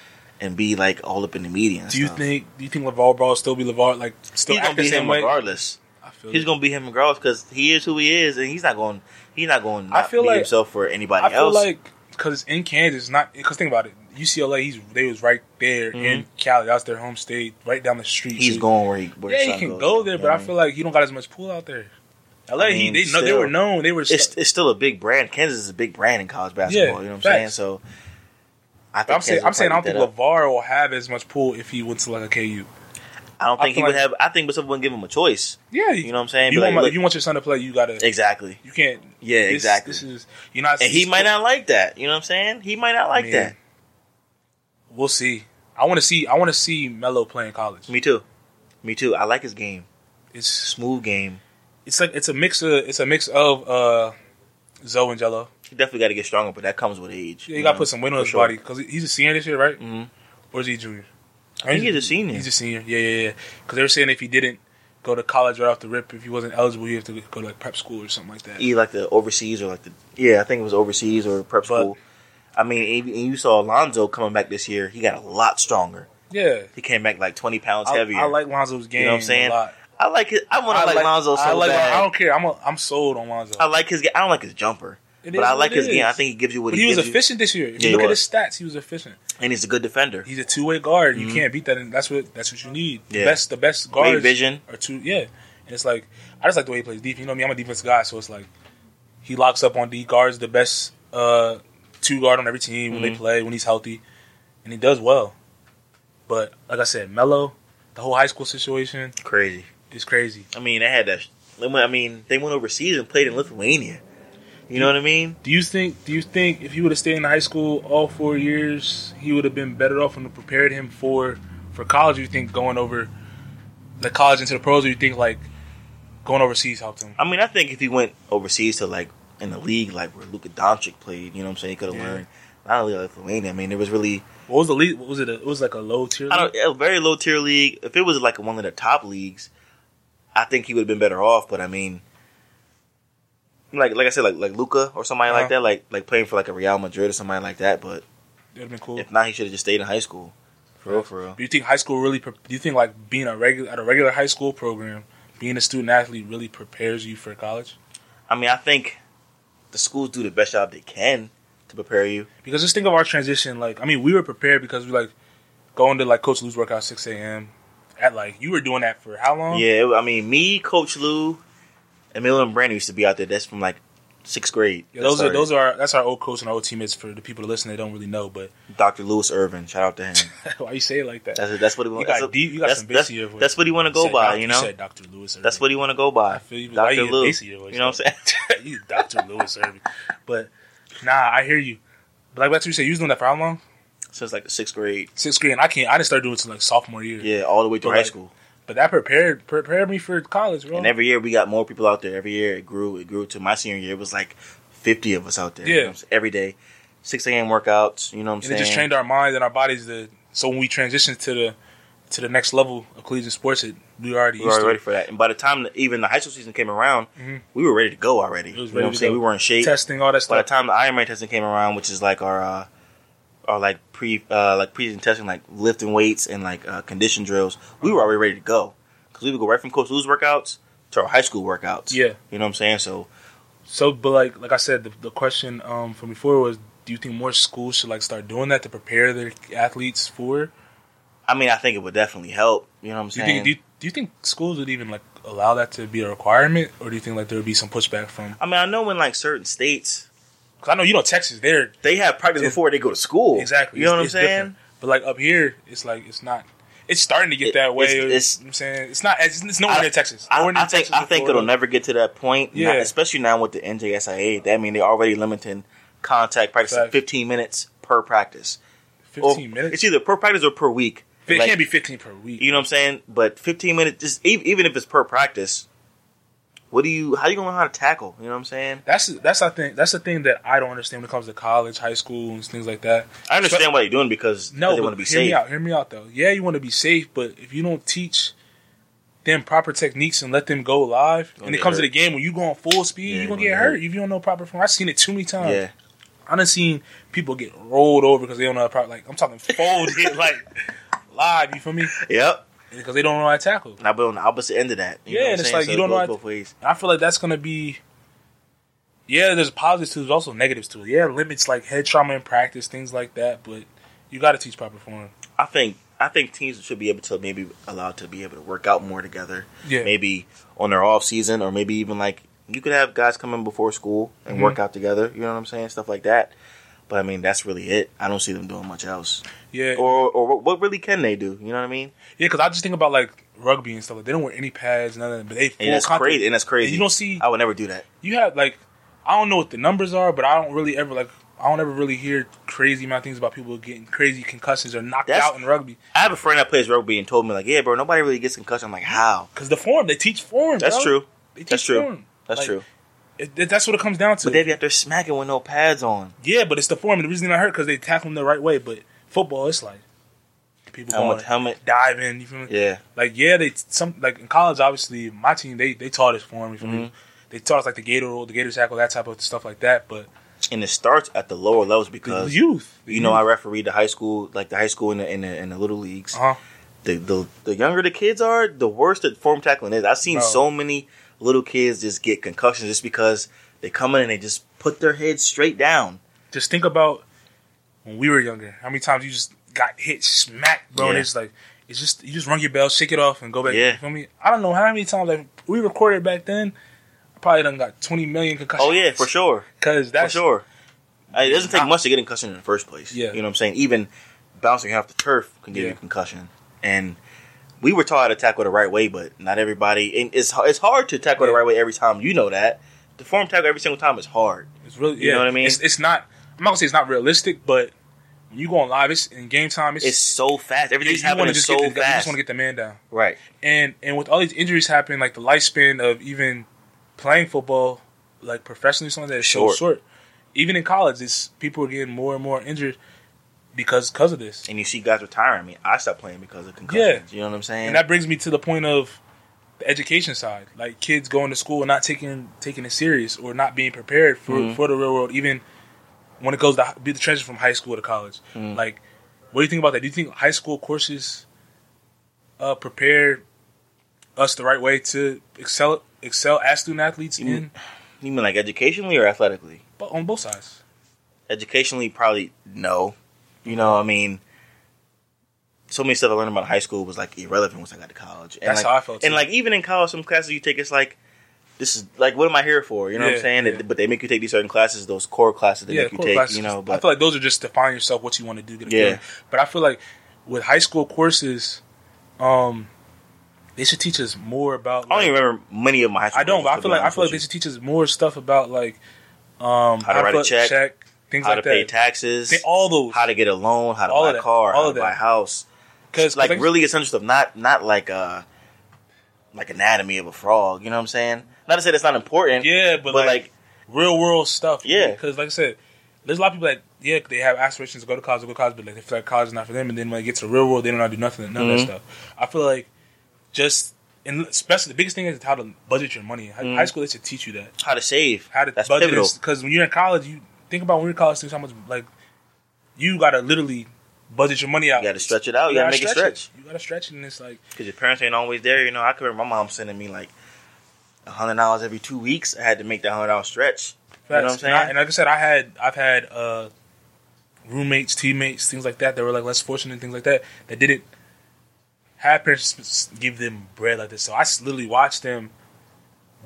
Speaker 3: and be like all up in the media. And
Speaker 2: do you
Speaker 3: stuff.
Speaker 2: think? Do you think Levar Ball still be Levar? Like still
Speaker 3: he's
Speaker 2: act
Speaker 3: gonna
Speaker 2: the
Speaker 3: be
Speaker 2: same
Speaker 3: him
Speaker 2: way?
Speaker 3: regardless?
Speaker 2: I feel
Speaker 3: He's
Speaker 2: it.
Speaker 3: gonna be him regardless because he is who he is, and he's not going. He's not going.
Speaker 2: I
Speaker 3: Not
Speaker 2: feel
Speaker 3: be
Speaker 2: like-
Speaker 3: himself for anybody
Speaker 2: I feel
Speaker 3: else.
Speaker 2: like because in Kansas, not because think about it. UCLA, he's they was right there in Cali. That's their home state, right down the street.
Speaker 3: Mm-hmm. he's
Speaker 2: So-
Speaker 3: going where he. Where his
Speaker 2: Yeah,
Speaker 3: son
Speaker 2: he can
Speaker 3: goes,
Speaker 2: go there,
Speaker 3: you know
Speaker 2: but
Speaker 3: what
Speaker 2: I
Speaker 3: mean?
Speaker 2: feel like he don't got as much pull out there. LA,
Speaker 3: I mean,
Speaker 2: he, they know they were
Speaker 3: still,
Speaker 2: known. They were
Speaker 3: it's it's still a big brand. Kansas is a big brand in college basketball.
Speaker 2: Yeah,
Speaker 3: you know what I'm saying?
Speaker 2: facts.
Speaker 3: So I
Speaker 2: I'm saying
Speaker 3: Kansas
Speaker 2: I'm saying I
Speaker 3: will
Speaker 2: don't
Speaker 3: probably
Speaker 2: think
Speaker 3: get that up.
Speaker 2: Lavar will have as much pull if he went to like a KU.
Speaker 3: I don't
Speaker 2: I
Speaker 3: think he
Speaker 2: feel
Speaker 3: would
Speaker 2: like-
Speaker 3: have. I think Bissell wouldn't give him a choice.
Speaker 2: Yeah,
Speaker 3: You know what I'm saying?
Speaker 2: You,
Speaker 3: Be like,
Speaker 2: want, my-
Speaker 3: look-
Speaker 2: you want your son to play, you gotta
Speaker 3: Exactly.
Speaker 2: you can't.
Speaker 3: Yeah,
Speaker 2: this-
Speaker 3: exactly.
Speaker 2: This is you know,
Speaker 3: And he might not like that. You know what I'm saying? He might not like
Speaker 2: Man.
Speaker 3: that.
Speaker 2: We'll see. I want to see. I want to see Melo playing college.
Speaker 3: Me too. Me too. I like his game.
Speaker 2: It's
Speaker 3: Smooth game.
Speaker 2: it's like it's a mix of it's a mix of uh, Zoe and Jello.
Speaker 3: He definitely got to get stronger, but that comes with age.
Speaker 2: Yeah, you gotta put some weight on his body because he's a senior this year, right?
Speaker 3: Mhm.
Speaker 2: Or is he a junior?
Speaker 3: I think he's a senior.
Speaker 2: He's a senior. Yeah, yeah, yeah. Because they were saying if he didn't go to college right off the rip, if he wasn't eligible, he would have to go to like prep school or something like that.
Speaker 3: Either E, like the overseas or like the yeah, I think it was overseas or prep
Speaker 2: But-
Speaker 3: school. I mean, and you saw Alonzo coming back this year. He got a lot stronger.
Speaker 2: Yeah,
Speaker 3: He came back like 20 pounds
Speaker 2: I,
Speaker 3: heavier.
Speaker 2: I like Lonzo's game.
Speaker 3: You know what I'm saying?
Speaker 2: A lot.
Speaker 3: I like it. I want to like, Lonzo so
Speaker 2: I like.
Speaker 3: bad.
Speaker 2: I don't care. I'm a, I'm sold on Lonzo.
Speaker 3: I like his. ga- I don't like his jumper,
Speaker 2: It
Speaker 3: but
Speaker 2: is
Speaker 3: I
Speaker 2: what
Speaker 3: like
Speaker 2: it
Speaker 3: his game.
Speaker 2: is.
Speaker 3: I think he gives you what
Speaker 2: but
Speaker 3: he,
Speaker 2: he was
Speaker 3: gives you,
Speaker 2: efficient this year. If you
Speaker 3: Yeah, he
Speaker 2: look at his
Speaker 3: was.
Speaker 2: stats, he was efficient.
Speaker 3: and he's a good defender.
Speaker 2: He's a two way guard. You can't beat that. And that's what that's what you need.
Speaker 3: Mm-hmm. Yeah.
Speaker 2: The best the best
Speaker 3: Great
Speaker 2: guards
Speaker 3: vision.
Speaker 2: are two. Yeah, and it's like I just like the way he plays defense. You know me, I'm a defense guy, so it's like he locks up on D guards, the best uh, two guard on every team
Speaker 3: Mm-hmm.
Speaker 2: when they play when he's healthy, and he does well. But like I said, Melo, the whole high school situation
Speaker 3: Crazy.
Speaker 2: is crazy.
Speaker 3: I mean, they had that I mean, they went overseas and played in Lithuania. You know what I mean?
Speaker 2: Do you think? Do you think if he would have stayed in high school all four years, he would have been better off and prepared him for for college? Or you think going over the college into the pros, or you think like going overseas helped him?
Speaker 3: I mean, I think if he went overseas to like in the league, like where Luka Doncic played, you know what I'm saying? He could have
Speaker 2: Yeah.
Speaker 3: learned not only Lithuania. I mean, there was really
Speaker 2: What was the lead? What was it? A, it was like a low tier.
Speaker 3: I
Speaker 2: league?
Speaker 3: don't, a very low tier league. If it was like one of the top leagues, I think he would have been better off. But I mean, like like I said, like like Luca or somebody like
Speaker 2: Uh-huh.
Speaker 3: that, like like playing for like a Real Madrid or somebody like that. But
Speaker 2: It would have been cool.
Speaker 3: if not, he should have just stayed in high school. For real, for real.
Speaker 2: Do you think high school really? pre- Do you think like being a regular at a regular high school program, being a student athlete really prepares you for college?
Speaker 3: I mean, I think the schools do the best job they can to prepare you.
Speaker 2: Because just think of our transition. Like, I mean, we were prepared because we like going to like Coach Lou's workout six a.m. At like you were doing that for how long?
Speaker 3: Yeah, it- I mean, me, Coach Lou, Emil and Brandon used to be out there. That's from like sixth grade.
Speaker 2: Yeah, those are those are our, that's our old coach and our old teammates for the people that listen that don't really know. But <laughs>
Speaker 3: Dr. Lewis Irvin. Shout out to him.
Speaker 2: why you say it like that?
Speaker 3: That's that's what he
Speaker 2: you
Speaker 3: wants.
Speaker 2: got deep. You got
Speaker 3: that's,
Speaker 2: some
Speaker 3: that's,
Speaker 2: bass here.
Speaker 3: that's what he want to go by. You know,
Speaker 2: said Dr. Lewis.
Speaker 3: That's what he want to go by.
Speaker 2: I feel you, but why
Speaker 3: Doctor
Speaker 2: you get
Speaker 3: Lou.
Speaker 2: basic
Speaker 3: You
Speaker 2: in
Speaker 3: know
Speaker 2: your
Speaker 3: what I'm saying? <laughs>
Speaker 2: Irvin. you Dr. <laughs> Lewis Irving. But nah, I hear you. But like that's what you said. You was doing that for how long?
Speaker 3: Since like the sixth grade,
Speaker 2: Sixth grade. And I can't. I didn't start doing it till like sophomore year.
Speaker 3: yeah, all the way through
Speaker 2: But,
Speaker 3: high
Speaker 2: like,
Speaker 3: school.
Speaker 2: But that prepared prepared me for college, bro.
Speaker 3: And every year we got more people out there. Every year it grew. It grew to my senior year. It was like 50 of us out there. You know
Speaker 2: Yeah.
Speaker 3: what I'm saying? every day, 6 a.m. workouts. You know what I'm
Speaker 2: and
Speaker 3: saying?
Speaker 2: it just trained our minds and our bodies to. So when we transitioned to the to the next level of collegiate sports, it we already
Speaker 3: we
Speaker 2: used
Speaker 3: were already
Speaker 2: to Mm-hmm.
Speaker 3: ready for that. And by the time the, even the high school season came around, we were ready to go already.
Speaker 2: It was ready
Speaker 3: you know what I'm
Speaker 2: to
Speaker 3: saying?
Speaker 2: go.
Speaker 3: We were in shape.
Speaker 2: testing all that
Speaker 3: By
Speaker 2: stuff.
Speaker 3: the time the Ironman testing came around, which is like our uh, our like pre uh, like pre testing, like lifting weights and like uh, condition drills, we were already ready to go because we would go right from Coach Lou's workouts to our high school workouts.
Speaker 2: Yeah.
Speaker 3: you know what I'm saying. So
Speaker 2: So, but like like I said, the, the question um, from before was, do you think more schools should like start doing that to prepare their athletes for?
Speaker 3: I mean, I think it would definitely help. You know what I'm
Speaker 2: Do you think
Speaker 3: saying?
Speaker 2: do you, do you think schools would even like allow that to be a requirement, or do you think like there would be some pushback from?
Speaker 3: I mean, I know in like certain states
Speaker 2: Because I know you know Texas, they're
Speaker 3: they have practice
Speaker 2: Yeah.
Speaker 3: before they go to school.
Speaker 2: exactly.
Speaker 3: You know what I'm
Speaker 2: It's- it's
Speaker 3: saying?
Speaker 2: different. But like up here, it's like it's not. It's starting to get
Speaker 3: It-
Speaker 2: that way.
Speaker 3: it's- it's-
Speaker 2: you know what I'm saying it's not. It's, it's nowhere
Speaker 3: I-
Speaker 2: near Texas.
Speaker 3: I,
Speaker 2: Nowhere near
Speaker 3: I think
Speaker 2: Texas
Speaker 3: I think
Speaker 2: before.
Speaker 3: it'll never get to that point. Yeah.
Speaker 2: Yeah.
Speaker 3: especially now with the NJSIA. That mean they're already limiting contact practice to
Speaker 2: Facts.
Speaker 3: 15 minutes per practice. Or-
Speaker 2: Fifteen minutes.
Speaker 3: oh, It's either per practice or per week.
Speaker 2: it
Speaker 3: Like,
Speaker 2: can't be fifteen per week.
Speaker 3: You know what I'm saying? But 15 minutes, just e- even if it's per practice, what do you? How you gonna learn how to tackle? You know what I'm saying?
Speaker 2: that's that's I think that's the thing that I don't understand when it comes to college, high school, and things like that.
Speaker 3: I understand why they're doing because
Speaker 2: No,
Speaker 3: they
Speaker 2: but
Speaker 3: want to be
Speaker 2: hear me
Speaker 3: safe.
Speaker 2: out. Hear me out, though. Yeah, you want to be safe, but if you don't teach them proper techniques and let them go live,
Speaker 3: Gonna
Speaker 2: and it
Speaker 3: get
Speaker 2: comes to
Speaker 3: hurt.
Speaker 2: the game when you go on full speed,
Speaker 3: Yeah,
Speaker 2: you're
Speaker 3: gonna
Speaker 2: gonna get
Speaker 3: get
Speaker 2: hurt
Speaker 3: hurt.
Speaker 2: if you don't know proper form. I've seen it too many times.
Speaker 3: Yeah,
Speaker 2: I done seen people get rolled over because they don't know how to proper. Like I'm talking folded, <laughs> like live. You feel me?
Speaker 3: <laughs> yep.
Speaker 2: Because they don't know how to tackle.
Speaker 3: And I've been on the opposite end of that. You
Speaker 2: Yeah,
Speaker 3: know what
Speaker 2: and
Speaker 3: I'm
Speaker 2: it's
Speaker 3: saying?
Speaker 2: like
Speaker 3: So
Speaker 2: you
Speaker 3: it
Speaker 2: don't know
Speaker 3: goes
Speaker 2: how to-
Speaker 3: both ways.
Speaker 2: And I feel like that's gonna be. Yeah, there's positives to it, there's also negatives to it. Yeah, limits like head trauma in practice, things like that. But you got to teach proper form.
Speaker 3: I think I think teams should be able to maybe allowed to be able to work out more together.
Speaker 2: Yeah.
Speaker 3: Maybe on their off season, or maybe even like you could have guys come in before school and
Speaker 2: Mm-hmm.
Speaker 3: work out together. You know what I'm saying? Stuff like that. But I mean, that's really it. I don't see them doing much else.
Speaker 2: Yeah,
Speaker 3: Or or what- what really can they do? You know what I mean?
Speaker 2: Yeah, because I just think about like rugby and stuff. Like they don't wear any pads, none of that. But they full
Speaker 3: And that's
Speaker 2: contact.
Speaker 3: crazy. And that's crazy.
Speaker 2: And you don't see.
Speaker 3: I would never do that.
Speaker 2: You have like I don't know what the numbers are, but I don't really ever like I don't ever really hear crazy amount of things about people getting crazy concussions or knocked
Speaker 3: That's-
Speaker 2: out in rugby
Speaker 3: I have a friend that plays rugby and told me like, yeah, bro, nobody really gets concussion. I'm like, how?
Speaker 2: because the form they teach form.
Speaker 3: That's
Speaker 2: bro.
Speaker 3: true.
Speaker 2: They teach
Speaker 3: That's true.
Speaker 2: Form.
Speaker 3: That's
Speaker 2: Like,
Speaker 3: true.
Speaker 2: It, it- that's what it comes down to.
Speaker 3: But they be out there smacking with no pads on.
Speaker 2: yeah, but it's the form. The reason they not hurt because they tackle them the right way. But football, it's like people
Speaker 3: Helmet,
Speaker 2: going
Speaker 3: helmet.
Speaker 2: diving. You feel me?
Speaker 3: Yeah.
Speaker 2: Like yeah, they some like in college. Obviously, my team they they taught us form. You feel me?
Speaker 3: Mm-hmm.
Speaker 2: They taught us like the gator roll, the gator tackle, that type of stuff like that. But
Speaker 3: And it starts at the lower levels
Speaker 2: the
Speaker 3: because
Speaker 2: youth, the
Speaker 3: you know, I
Speaker 2: youth.
Speaker 3: refereed the high school, like the high school and the in the, in the little leagues.
Speaker 2: uh-huh.
Speaker 3: The, the the younger the kids are, the worse the form tackling is. I've seen
Speaker 2: Bro.
Speaker 3: so many little kids just get concussions just because they come in and they just put their head straight down.
Speaker 2: Just think about when we were younger. How many times you just got hit, smacked, bro? And
Speaker 3: Yeah.
Speaker 2: it's like it's just you just rung your bell, shake it off, and go back.
Speaker 3: Yeah.
Speaker 2: You feel me? I don't know how many times like we recorded back then. I probably done got twenty million concussions.
Speaker 3: Oh yeah, for sure,
Speaker 2: Because that's
Speaker 3: for sure. Uh, It doesn't take
Speaker 2: Nah.
Speaker 3: much to get a concussion in the first place.
Speaker 2: Yeah.
Speaker 3: you know what I'm saying. Even bouncing off the turf can give
Speaker 2: Yeah.
Speaker 3: you a concussion, and we were taught how to tackle the right way, but not everybody. And it's it's hard to tackle the right way every time. You know that. To form tackle every single time is hard.
Speaker 2: It's really,
Speaker 3: You know
Speaker 2: yeah.
Speaker 3: what I mean?
Speaker 2: It's, it's not. I'm not gonna say it's not realistic, but when you go on live, it's in game time. It's,
Speaker 3: It's so fast.
Speaker 2: you,
Speaker 3: Everything's
Speaker 2: you want to
Speaker 3: happening
Speaker 2: just
Speaker 3: so
Speaker 2: get the, you
Speaker 3: fast.
Speaker 2: just want to get the man down.
Speaker 3: right.
Speaker 2: And and with all these injuries happening, like the lifespan of even playing football, like professionally, something that is
Speaker 3: Short.
Speaker 2: so short. Even in college, it's people are getting more and more injured because because of this.
Speaker 3: And you see guys retiring. I mean, I stopped playing because of concussions. You know what I'm saying?
Speaker 2: And that brings me to the point of the education side, like kids going to school and not taking taking it serious or not being prepared for for the real world, even when it goes to hi- be the transition from high school to college. Like, what do you think about that? Do you think high school courses uh, prepare us the right way to excel excel as student athletes
Speaker 3: You mean-
Speaker 2: in
Speaker 3: you mean like educationally or athletically?
Speaker 2: but on both sides?
Speaker 3: educationally probably no you know i mean so many stuff i learned about high school was like irrelevant once i got to college and
Speaker 2: That's
Speaker 3: like,
Speaker 2: how I felt,
Speaker 3: and
Speaker 2: too.
Speaker 3: like even in college some classes you take it's like this is like what am i here for you know what i'm
Speaker 2: Yeah,
Speaker 3: saying
Speaker 2: yeah.
Speaker 3: but they make you take these certain classes those core classes they make you
Speaker 2: core
Speaker 3: take
Speaker 2: classes,
Speaker 3: you know
Speaker 2: I
Speaker 3: but
Speaker 2: feel like those are just to find yourself what you want to do. Get a
Speaker 3: Yeah.
Speaker 2: feeling. But I feel like with high school courses, um, they should teach us more about.
Speaker 3: i
Speaker 2: like-
Speaker 3: don't even remember many of my high school
Speaker 2: I don't. But
Speaker 3: classes,
Speaker 2: I feel
Speaker 3: to be
Speaker 2: like I
Speaker 3: honest
Speaker 2: feel like
Speaker 3: with
Speaker 2: they
Speaker 3: you.
Speaker 2: should teach us more stuff about like um,
Speaker 3: How to write a
Speaker 2: put-
Speaker 3: check,
Speaker 2: things
Speaker 3: how to
Speaker 2: like
Speaker 3: pay
Speaker 2: that.
Speaker 3: taxes
Speaker 2: They- all those.
Speaker 3: how to get a loan how to
Speaker 2: All
Speaker 3: buy
Speaker 2: of
Speaker 3: a
Speaker 2: that,
Speaker 3: car
Speaker 2: all
Speaker 3: how
Speaker 2: of
Speaker 3: to buy a
Speaker 2: that.
Speaker 3: house
Speaker 2: Cause
Speaker 3: like
Speaker 2: like,
Speaker 3: really essential stuff. Not not like uh like anatomy of a frog. You know what I'm saying? Not to say that's not important.
Speaker 2: yeah, but, like,
Speaker 3: but, like,
Speaker 2: real world stuff.
Speaker 3: Yeah.
Speaker 2: because like I said, there's a lot of people that yeah they have aspirations to go to college, go to college, but like they feel like college is not for them. And then when it gets to the real world, they don't know how to do nothing, none
Speaker 3: Mm-hmm.
Speaker 2: of that stuff. I feel like just and especially the biggest thing is how to budget your money. Hi- High school they should teach you that
Speaker 3: how to save.
Speaker 2: how to
Speaker 3: Mm. that's
Speaker 2: budget
Speaker 3: pivotal.
Speaker 2: because when you're in college, you think about when you're in college, think how much like you gotta literally budget your money out.
Speaker 3: You got to stretch it out. You got to make it stretch
Speaker 2: You gotta stretch it, and it's like
Speaker 3: because your parents ain't always there. You know, I can remember my mom sending me like a hundred dollars every two weeks. I had to make that hundred dollars stretch. You know what I'm
Speaker 2: facts. And, I-
Speaker 3: saying?
Speaker 2: and like I said, I had I've had uh, roommates, teammates, things like that that were like less fortunate, and things like that that didn't have parents sp- s- give them bread like this. So I s- literally watched them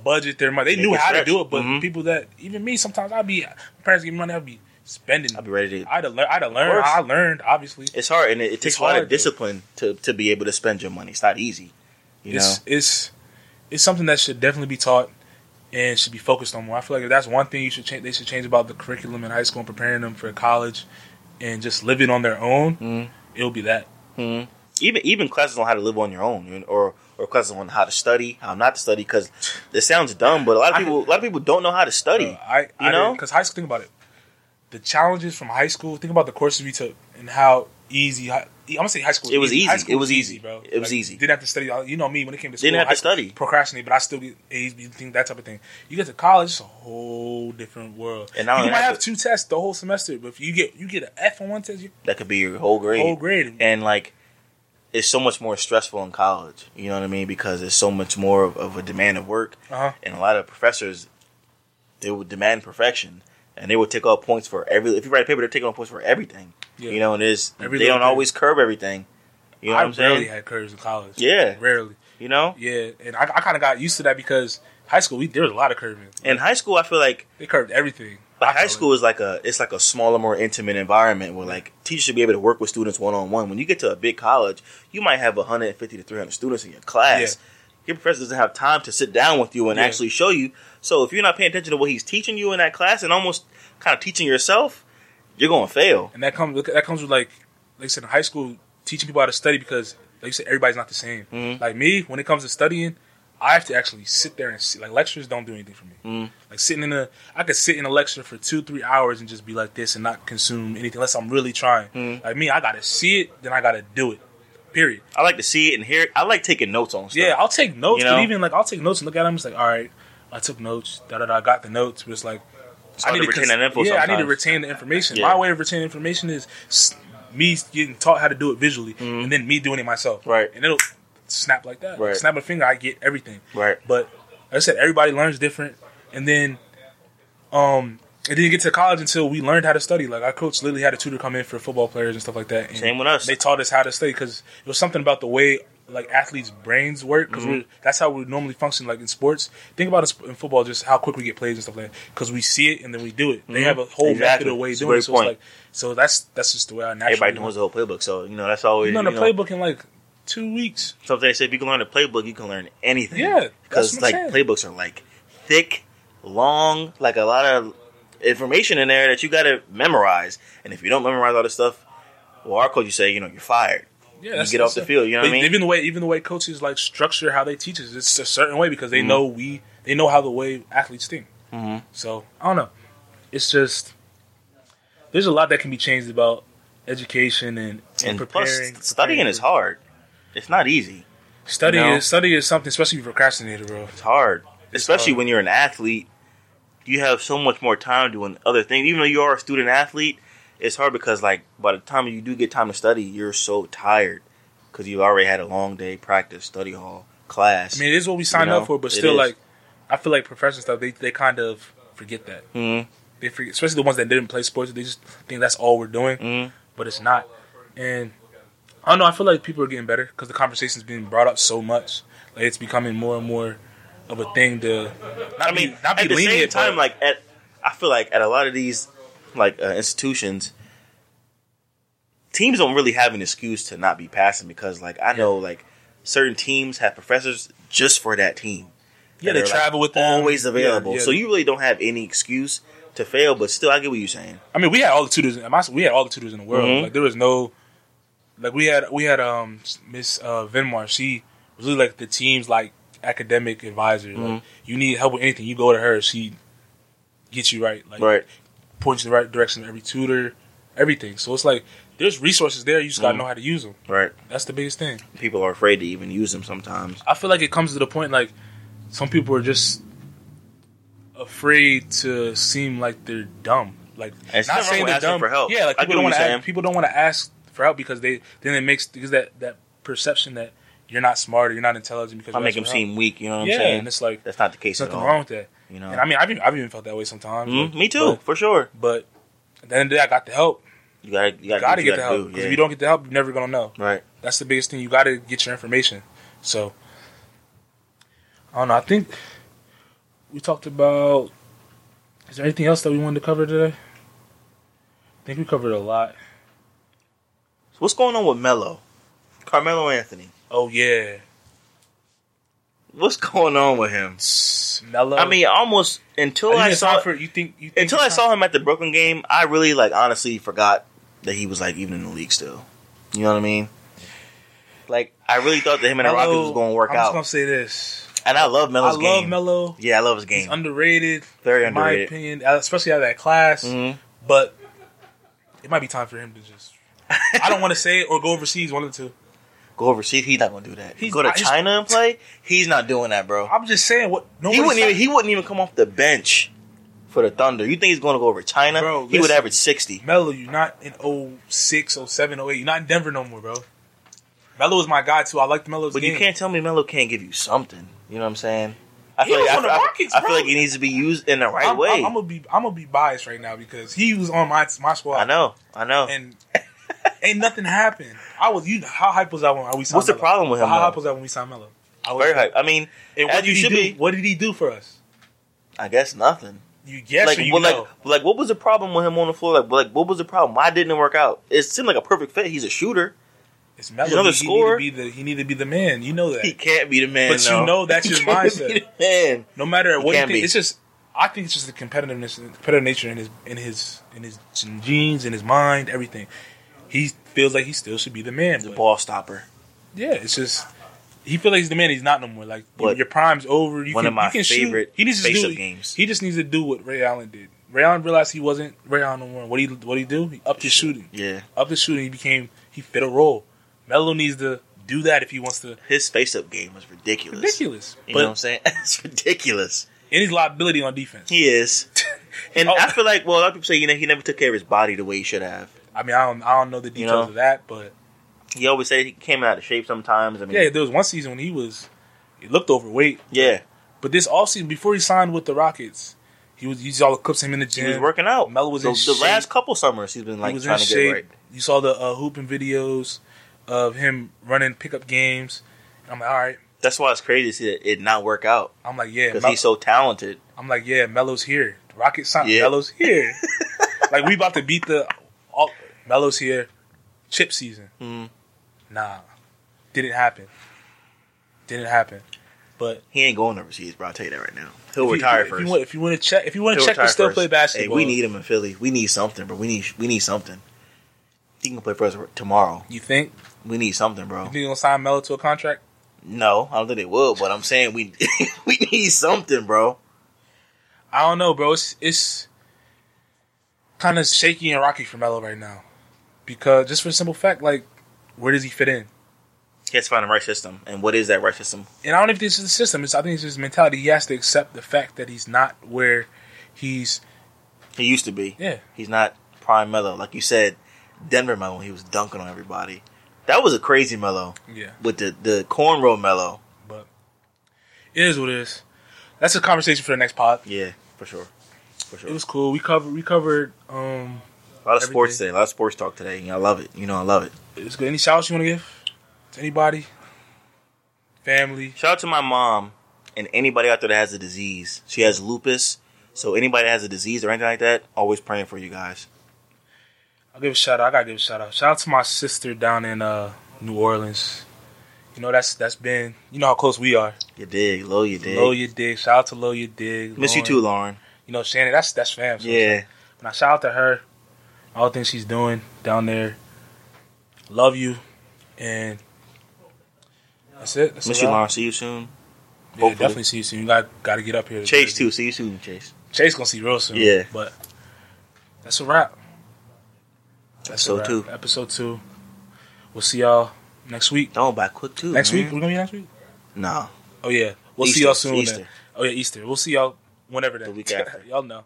Speaker 2: budget their money. They
Speaker 3: Make
Speaker 2: knew
Speaker 3: it
Speaker 2: how
Speaker 3: stretch.
Speaker 2: to do it, but
Speaker 3: Mhm.
Speaker 2: people that even me sometimes I'd be my parents give me money, I'd be spending.
Speaker 3: I'll be ready to.
Speaker 2: I'd have learned. I'd have learned.
Speaker 3: course.
Speaker 2: I learned obviously.
Speaker 3: It's hard, and it, it takes a lot
Speaker 2: hard,
Speaker 3: of
Speaker 2: though.
Speaker 3: discipline to to be able to spend your money. It's not easy. You know,
Speaker 2: it's it's it's something that should definitely be taught and should be focused on more. I feel like that's one thing you should change. They should change about the curriculum in high school and preparing them for college and just living on their own.
Speaker 3: Mhm.
Speaker 2: It'll be that.
Speaker 3: even even classes on how to live on your own, you know, or or classes on how to study, how not to study, because it sounds dumb, but a lot of
Speaker 2: I-
Speaker 3: people a lot of people don't know how to
Speaker 2: Uh,
Speaker 3: study.
Speaker 2: I
Speaker 3: You know?
Speaker 2: because high school. Think about it. The challenges from high school. Think about the courses we took and how easy. Hi, I'm gonna say high school.
Speaker 3: It was
Speaker 2: High
Speaker 3: easy.
Speaker 2: school
Speaker 3: It was easy.
Speaker 2: bro.
Speaker 3: It was easy.
Speaker 2: Didn't have to study. You know me when it came to school.
Speaker 3: Didn't have
Speaker 2: high
Speaker 3: to
Speaker 2: school,
Speaker 3: study.
Speaker 2: Procrastinate, but I still get A's, B, things, that type of thing. You get to college, it's a whole different world.
Speaker 3: And
Speaker 2: And
Speaker 3: not only
Speaker 2: you might
Speaker 3: that,
Speaker 2: have
Speaker 3: but-
Speaker 2: two tests the whole semester, but if you get you get an F on one test, you
Speaker 3: That could be your whole grade.
Speaker 2: whole grade.
Speaker 3: And like, it's so much more stressful in college. You know what I mean? Because it's so much more of, of a demand of work,
Speaker 2: Uh-huh.
Speaker 3: and a lot of professors they would demand perfection, and they would take off points for every. If you write a paper, they're taking off points for everything.
Speaker 2: Yeah.
Speaker 3: You know, and it's
Speaker 2: Every
Speaker 3: they
Speaker 2: little
Speaker 3: don't
Speaker 2: thing.
Speaker 3: always curb everything. You know
Speaker 2: I
Speaker 3: what I'm
Speaker 2: rarely
Speaker 3: saying?
Speaker 2: had curves in college.
Speaker 3: Yeah.
Speaker 2: rarely.
Speaker 3: You know,
Speaker 2: Yeah, and I, I kind of got used to that because high school we there was a lot of curving.
Speaker 3: in high school, I feel like
Speaker 2: They curved everything.
Speaker 3: But
Speaker 2: I
Speaker 3: high
Speaker 2: felt
Speaker 3: school is like a it's like a smaller, more intimate environment where like teachers should be able to work with students one on one. When you get to a big college, you might have 150 to 300 students in your class. Your professor doesn't have time to sit down with you and
Speaker 2: Yeah.
Speaker 3: actually show you. So if you're not paying attention to what he's teaching you in that class and almost kind of teaching yourself, you're going to fail.
Speaker 2: and that comes that comes with like like I said in high school teaching people how to study because like you said everybody's not the same. Like me, when it comes to studying, I have to actually sit there and see. Like lectures don't do anything for me. Like sitting in a, I could sit in a lecture for two three hours and just be like this and not consume anything unless I'm really trying. Like me, I gotta see it, then I gotta do it. Period.
Speaker 3: I like to see it and hear it. I like taking notes on stuff.
Speaker 2: Yeah, I'll take notes,
Speaker 3: You know?
Speaker 2: but even like I'll take notes and look at them. It's like, all right, I took notes. Da da da. I got the notes, but it's like
Speaker 3: hard to retain
Speaker 2: cons-
Speaker 3: that info
Speaker 2: Yeah, I need to
Speaker 3: sometimes.
Speaker 2: retain the information.
Speaker 3: Yeah.
Speaker 2: My way of retaining information is s- me getting taught how to do it visually, and then me doing it myself.
Speaker 3: Mm-hmm. Right.
Speaker 2: and it'll snap like that.
Speaker 3: Right.
Speaker 2: snap a finger, I get everything.
Speaker 3: Right.
Speaker 2: but like I said, everybody learns different, and then um. It didn't get to college until we learned how to study. Like our coach literally had a tutor come in for football players and stuff like that. And
Speaker 3: Same with us.
Speaker 2: They taught us how to study because it was something about the way like athletes' brains work
Speaker 3: Mm-hmm.
Speaker 2: because that's how we normally function. Like in sports, think about it in football, just how quick we get plays and stuff like that because we see it and then we do it. They have a whole
Speaker 3: Mm-hmm. Exactly.
Speaker 2: method of way
Speaker 3: It's a
Speaker 2: doing
Speaker 3: great
Speaker 2: it. So, it's
Speaker 3: point.
Speaker 2: like, so that's that's just the way I naturally.
Speaker 3: Everybody knows the whole playbook, so you know that's always
Speaker 2: You know, the
Speaker 3: you know,
Speaker 2: playbook and like two weeks.
Speaker 3: So if they say if you can learn the playbook, you can learn anything.
Speaker 2: Yeah, that's
Speaker 3: because
Speaker 2: what I'm
Speaker 3: like
Speaker 2: saying.
Speaker 3: playbooks are like thick, long, like a lot of information in there that you got to memorize. And if you don't memorize all this stuff, well, our coach you say you know you're fired.
Speaker 2: Yeah, that's
Speaker 3: get
Speaker 2: what
Speaker 3: off the
Speaker 2: I'm saying.
Speaker 3: field, you know what I
Speaker 2: But
Speaker 3: mean?
Speaker 2: Even the way, even the way coaches like structure how they teach us, it's a certain way because they
Speaker 3: Mm-hmm.
Speaker 2: know we, they know how the way athletes think. So I don't know. It's just there's a lot that can be changed about education and and,
Speaker 3: And
Speaker 2: preparing.
Speaker 3: plus, studying
Speaker 2: preparing.
Speaker 3: is hard. It's not easy.
Speaker 2: Study
Speaker 3: you know?
Speaker 2: is study is something, especially if you're a procrastinator, bro.
Speaker 3: It's hard, especially
Speaker 2: hard.
Speaker 3: when you're an athlete. You have so much more time doing other things. Even though you are a student athlete, it's hard because like by the time you do get time to study, you're so tired because you've already had a long day practice, study hall, class.
Speaker 2: I mean, it is what we signed
Speaker 3: know,
Speaker 2: up for, but
Speaker 3: it
Speaker 2: still,
Speaker 3: is.
Speaker 2: like, I feel like professional stuff, they, they kind of forget that.
Speaker 3: Mhm.
Speaker 2: They forget, especially the ones that didn't play sports, they just think that's all we're doing,
Speaker 3: Mhm.
Speaker 2: but it's not. And I don't know, I feel like people are getting better because the conversation's being brought up so much. Like, it's becoming more and more of a thing to not
Speaker 3: I mean,
Speaker 2: be, not be
Speaker 3: at the same
Speaker 2: lenient,
Speaker 3: time,
Speaker 2: but-
Speaker 3: like at, I feel like at a lot of these like uh, institutions, teams don't really have an excuse to not be passing because, like, I know like certain teams have professors just for that team.
Speaker 2: yeah, they
Speaker 3: They're, like,
Speaker 2: travel with them.
Speaker 3: always
Speaker 2: Yeah,
Speaker 3: available.
Speaker 2: yeah.
Speaker 3: So you really don't have any excuse to fail. But still, I get what you're saying.
Speaker 2: I mean, we had all the tutors. In, my- we had all the tutors in the world.
Speaker 3: Mhm.
Speaker 2: Like there was no, like we had we had um Miss uh, Venmar. She was really like the team's like academic advisor. Like you need help with anything, you go to her. She gets you right. Like points you in the right direction. Every tutor, everything. So it's like there's resources there. You just gotta
Speaker 3: Mhm.
Speaker 2: know how to use them.
Speaker 3: right.
Speaker 2: That's the biggest thing.
Speaker 3: People are afraid to even use them sometimes.
Speaker 2: I feel like it comes to the point like some people are just afraid to seem like they're dumb. Like
Speaker 3: It's
Speaker 2: not
Speaker 3: nothing
Speaker 2: saying
Speaker 3: wrong with
Speaker 2: they're
Speaker 3: asking
Speaker 2: dumb
Speaker 3: for help.
Speaker 2: Yeah, like
Speaker 3: I
Speaker 2: people
Speaker 3: get
Speaker 2: don't
Speaker 3: what
Speaker 2: want to
Speaker 3: you're saying.
Speaker 2: ask, people don't want to ask for help because they then it makes because that that perception that you're not smart or you're not intelligent because
Speaker 3: I
Speaker 2: you
Speaker 3: make them
Speaker 2: asked for help.
Speaker 3: seem weak. You know what
Speaker 2: yeah,
Speaker 3: I'm saying?
Speaker 2: and it's like
Speaker 3: That's not the case
Speaker 2: there's
Speaker 3: at
Speaker 2: nothing
Speaker 3: all.
Speaker 2: wrong with that.
Speaker 3: You know.
Speaker 2: And I mean, I've even, I've even felt that way sometimes.
Speaker 3: Mhm,
Speaker 2: like,
Speaker 3: me too, for sure.
Speaker 2: But, but at the end of the day, I got the help.
Speaker 3: You gotta, you
Speaker 2: You
Speaker 3: gotta,
Speaker 2: gotta
Speaker 3: do
Speaker 2: get
Speaker 3: what
Speaker 2: the
Speaker 3: you
Speaker 2: help
Speaker 3: gotta do,
Speaker 2: because
Speaker 3: yeah.
Speaker 2: if you don't get the help, you're never gonna know.
Speaker 3: right.
Speaker 2: That's the biggest thing. You got to get your information. So, I don't know. I think we talked about. Is there anything else that we wanted to cover today? I think we covered a lot.
Speaker 3: So what's going on with Melo, Carmelo Anthony?
Speaker 2: Oh yeah,
Speaker 3: What's going on with him?
Speaker 2: Mello.
Speaker 3: I mean, almost
Speaker 2: Are
Speaker 3: until
Speaker 2: you
Speaker 3: I
Speaker 2: gonna
Speaker 3: saw
Speaker 2: sign for you think you think
Speaker 3: until I saw him at the Brooklyn game, I really like honestly forgot that he was like even in the league still. You know what I mean? Like I really thought that him and the Rockets was going to work
Speaker 2: I'm
Speaker 3: out,
Speaker 2: just gonna say this.
Speaker 3: and I love Melo's
Speaker 2: I
Speaker 3: game.
Speaker 2: love Mello.
Speaker 3: Yeah, I love his
Speaker 2: He's
Speaker 3: game.
Speaker 2: underrated,
Speaker 3: Very
Speaker 2: in my
Speaker 3: underrated.
Speaker 2: opinion, especially out of that class.
Speaker 3: Mhm.
Speaker 2: But it might be time for him to just. I don't want to say it or go overseas. One of the two.
Speaker 3: Go overseas, he's not going to do that.
Speaker 2: He's
Speaker 3: go to
Speaker 2: not- he's-
Speaker 3: China and play, he's not doing that, bro.
Speaker 2: I'm just saying what no
Speaker 3: He wouldn't even he wouldn't even come off the bench for the Thunder. You think he's going to go over China?
Speaker 2: Bro,
Speaker 3: he would
Speaker 2: listen.
Speaker 3: average sixty.
Speaker 2: Melo, you're not in 06, 07, 08. You're oh not in Denver no more, bro. Melo was my guy too. I liked Melo's
Speaker 3: But
Speaker 2: game.
Speaker 3: you can't tell me Melo can't give you something. You know what I'm saying? I
Speaker 2: He was
Speaker 3: I-
Speaker 2: on the
Speaker 3: I-
Speaker 2: Rockets,
Speaker 3: I feel
Speaker 2: bro.
Speaker 3: like he needs to be used in the right
Speaker 2: I'm,
Speaker 3: way.
Speaker 2: I'm, I'm gonna be I'm gonna be biased right now because he was on my my squad.
Speaker 3: I know, I know.
Speaker 2: And ain't nothing happened. I was you. How hype was I when we signed?
Speaker 3: What's the
Speaker 2: Melo?
Speaker 3: problem with him,
Speaker 2: How
Speaker 3: though?
Speaker 2: hype was I when we signed Melo? I was
Speaker 3: Very hype. I mean,
Speaker 2: And
Speaker 3: as
Speaker 2: what did
Speaker 3: you
Speaker 2: he
Speaker 3: should
Speaker 2: do?
Speaker 3: be.
Speaker 2: What did he do for us?
Speaker 3: I guess nothing.
Speaker 2: You guess
Speaker 3: like,
Speaker 2: or you
Speaker 3: well,
Speaker 2: know?
Speaker 3: like, like, what was the problem with him on the floor? Like, like, what was the problem? Why didn't it work out? It seemed like a perfect fit. He's a shooter.
Speaker 2: it's Melo.
Speaker 3: another
Speaker 2: he,
Speaker 3: scorer.
Speaker 2: Need to be the, he need to be the man. You know that.
Speaker 3: He can't be the man.
Speaker 2: But you
Speaker 3: though.
Speaker 2: know that's
Speaker 3: He
Speaker 2: his
Speaker 3: can't
Speaker 2: mindset.
Speaker 3: Be the man.
Speaker 2: No matter what you
Speaker 3: can't
Speaker 2: think,
Speaker 3: be.
Speaker 2: it's just I think it's just the competitiveness, competitive nature in his in his in his genes, in his mind, everything. He feels like he still should be the man.
Speaker 3: He's a
Speaker 2: but-
Speaker 3: ball stopper.
Speaker 2: yeah, it's just he feels like he's the man. He's not no more. Like your-
Speaker 3: What?
Speaker 2: your prime's over. You
Speaker 3: One
Speaker 2: can,
Speaker 3: of my
Speaker 2: you can
Speaker 3: favorite
Speaker 2: shoot. He needs to
Speaker 3: face-up
Speaker 2: do,
Speaker 3: games.
Speaker 2: He just needs to do what Ray Allen did. Ray Allen realized he wasn't Ray Allen no more. What he what he do? He upped his shooting.
Speaker 3: Yeah,
Speaker 2: Up his shooting. He became he fit a role. Melo needs to do that if he wants to.
Speaker 3: his face-up game was ridiculous.
Speaker 2: Ridiculous,
Speaker 3: You know what I'm
Speaker 2: but
Speaker 3: saying? <laughs> it's ridiculous.
Speaker 2: and his liability on defense.
Speaker 3: He is.
Speaker 2: <laughs>
Speaker 3: And
Speaker 2: Oh.
Speaker 3: I feel like, well, a lot of people say, you know, he never took care of his body the way he should have.
Speaker 2: I mean, I don't I don't know the details
Speaker 3: know?
Speaker 2: of that, but
Speaker 3: He always said he came out of shape sometimes. I mean,
Speaker 2: Yeah, there was one season when he was he looked overweight,
Speaker 3: yeah,
Speaker 2: but this all season before he signed with the Rockets, he was you saw the clips of him in the
Speaker 3: he
Speaker 2: gym.
Speaker 3: was working out.
Speaker 2: Melo was
Speaker 3: the,
Speaker 2: in
Speaker 3: the
Speaker 2: shape.
Speaker 3: last couple summers he's been
Speaker 2: he
Speaker 3: like
Speaker 2: was in
Speaker 3: trying to
Speaker 2: shape.
Speaker 3: get right.
Speaker 2: You saw the uh, hooping videos of him running pickup games. And I'm like, all right.
Speaker 3: That's why it's crazy to see that it not work out
Speaker 2: I'm like, yeah.
Speaker 3: because
Speaker 2: Mel-
Speaker 3: he's so talented. <laughs>
Speaker 2: I'm like, yeah. Melo's here. The Rockets signed.
Speaker 3: Yeah.
Speaker 2: Melo's
Speaker 3: <laughs>
Speaker 2: here. like we about to beat
Speaker 3: Hmm.
Speaker 2: the all- Melo's here. Chip season. Nah. Didn't happen. Didn't happen. But
Speaker 3: He ain't going overseas, bro. I'll tell you that right now. He'll
Speaker 2: if you-
Speaker 3: retire
Speaker 2: if
Speaker 3: first.
Speaker 2: You, want- if you want to check, if you want
Speaker 3: He'll
Speaker 2: to check to
Speaker 3: retire
Speaker 2: still
Speaker 3: first.
Speaker 2: play basketball,
Speaker 3: Hey, we need him in Philly. We need something, bro. We need we need something. He can play for us tomorrow.
Speaker 2: You think
Speaker 3: We need something, bro.
Speaker 2: you think gonna sign Melo to a contract?
Speaker 3: No, I don't think they would, but I'm saying we <laughs> we need something, bro.
Speaker 2: I don't know, bro. It's, it's kind of shaky and rocky for Melo right now because just for the simple fact, like, where does he fit in?
Speaker 3: He has to find the right system. And what is that right system?
Speaker 2: and I don't know if this is the system. It's I think it's his mentality. He has to accept the fact that he's not where he's.
Speaker 3: He used to be.
Speaker 2: Yeah.
Speaker 3: He's not prime mellow. Like you said, Denver mellow when he was dunking on everybody. That was a crazy mellow.
Speaker 2: Yeah,
Speaker 3: With the, the cornrow mellow.
Speaker 2: but it is what it is. That's a conversation for the next pod.
Speaker 3: Yeah, for sure. For sure.
Speaker 2: It was cool. We covered. We covered. Um,
Speaker 3: a lot of sports
Speaker 2: everything.
Speaker 3: today, a lot of sports talk today. and I love it. You know, I love it.
Speaker 2: it was good. Any shouts you want to give to anybody? Family.
Speaker 3: Shout out to my mom and anybody out there that has a disease. She has lupus. So anybody that has a disease or anything like that, always praying for you guys.
Speaker 2: I'll give a shout out. I gotta give a shout out. Shout out to my sister down in uh, New Orleans. You know that's that's been. You know how close we are.
Speaker 3: You dig, low you dig.
Speaker 2: Low your dig. Shout out to Low your dig.
Speaker 3: Miss you
Speaker 2: Lauren.
Speaker 3: too, Lauren.
Speaker 2: You know Shannon. That's that's fam. so
Speaker 3: Yeah.
Speaker 2: And I shout out to her, all the things she's doing down there. Love you, and that's it. That's
Speaker 3: Miss
Speaker 2: a
Speaker 3: you,
Speaker 2: wrap.
Speaker 3: Lauren. See you soon.
Speaker 2: Yeah,
Speaker 3: hopefully.
Speaker 2: definitely see you soon. You got got to get up here. to-
Speaker 3: Chase too. See you soon, Chase.
Speaker 2: Chase gonna see you real soon.
Speaker 3: Yeah.
Speaker 2: but that's a wrap. That's a
Speaker 3: Episode
Speaker 2: wrap.
Speaker 3: two.
Speaker 2: Episode two. We'll see y'all next week.
Speaker 3: Don't buy quick too.
Speaker 2: Next
Speaker 3: man.
Speaker 2: week we're gonna be next week.
Speaker 3: No.
Speaker 2: Oh yeah, we'll
Speaker 3: Easter.
Speaker 2: see y'all soon.
Speaker 3: Mm-hmm. Easter.
Speaker 2: then. Oh yeah, Easter. We'll see y'all whenever that.
Speaker 3: The week after.
Speaker 2: <laughs> y'all know.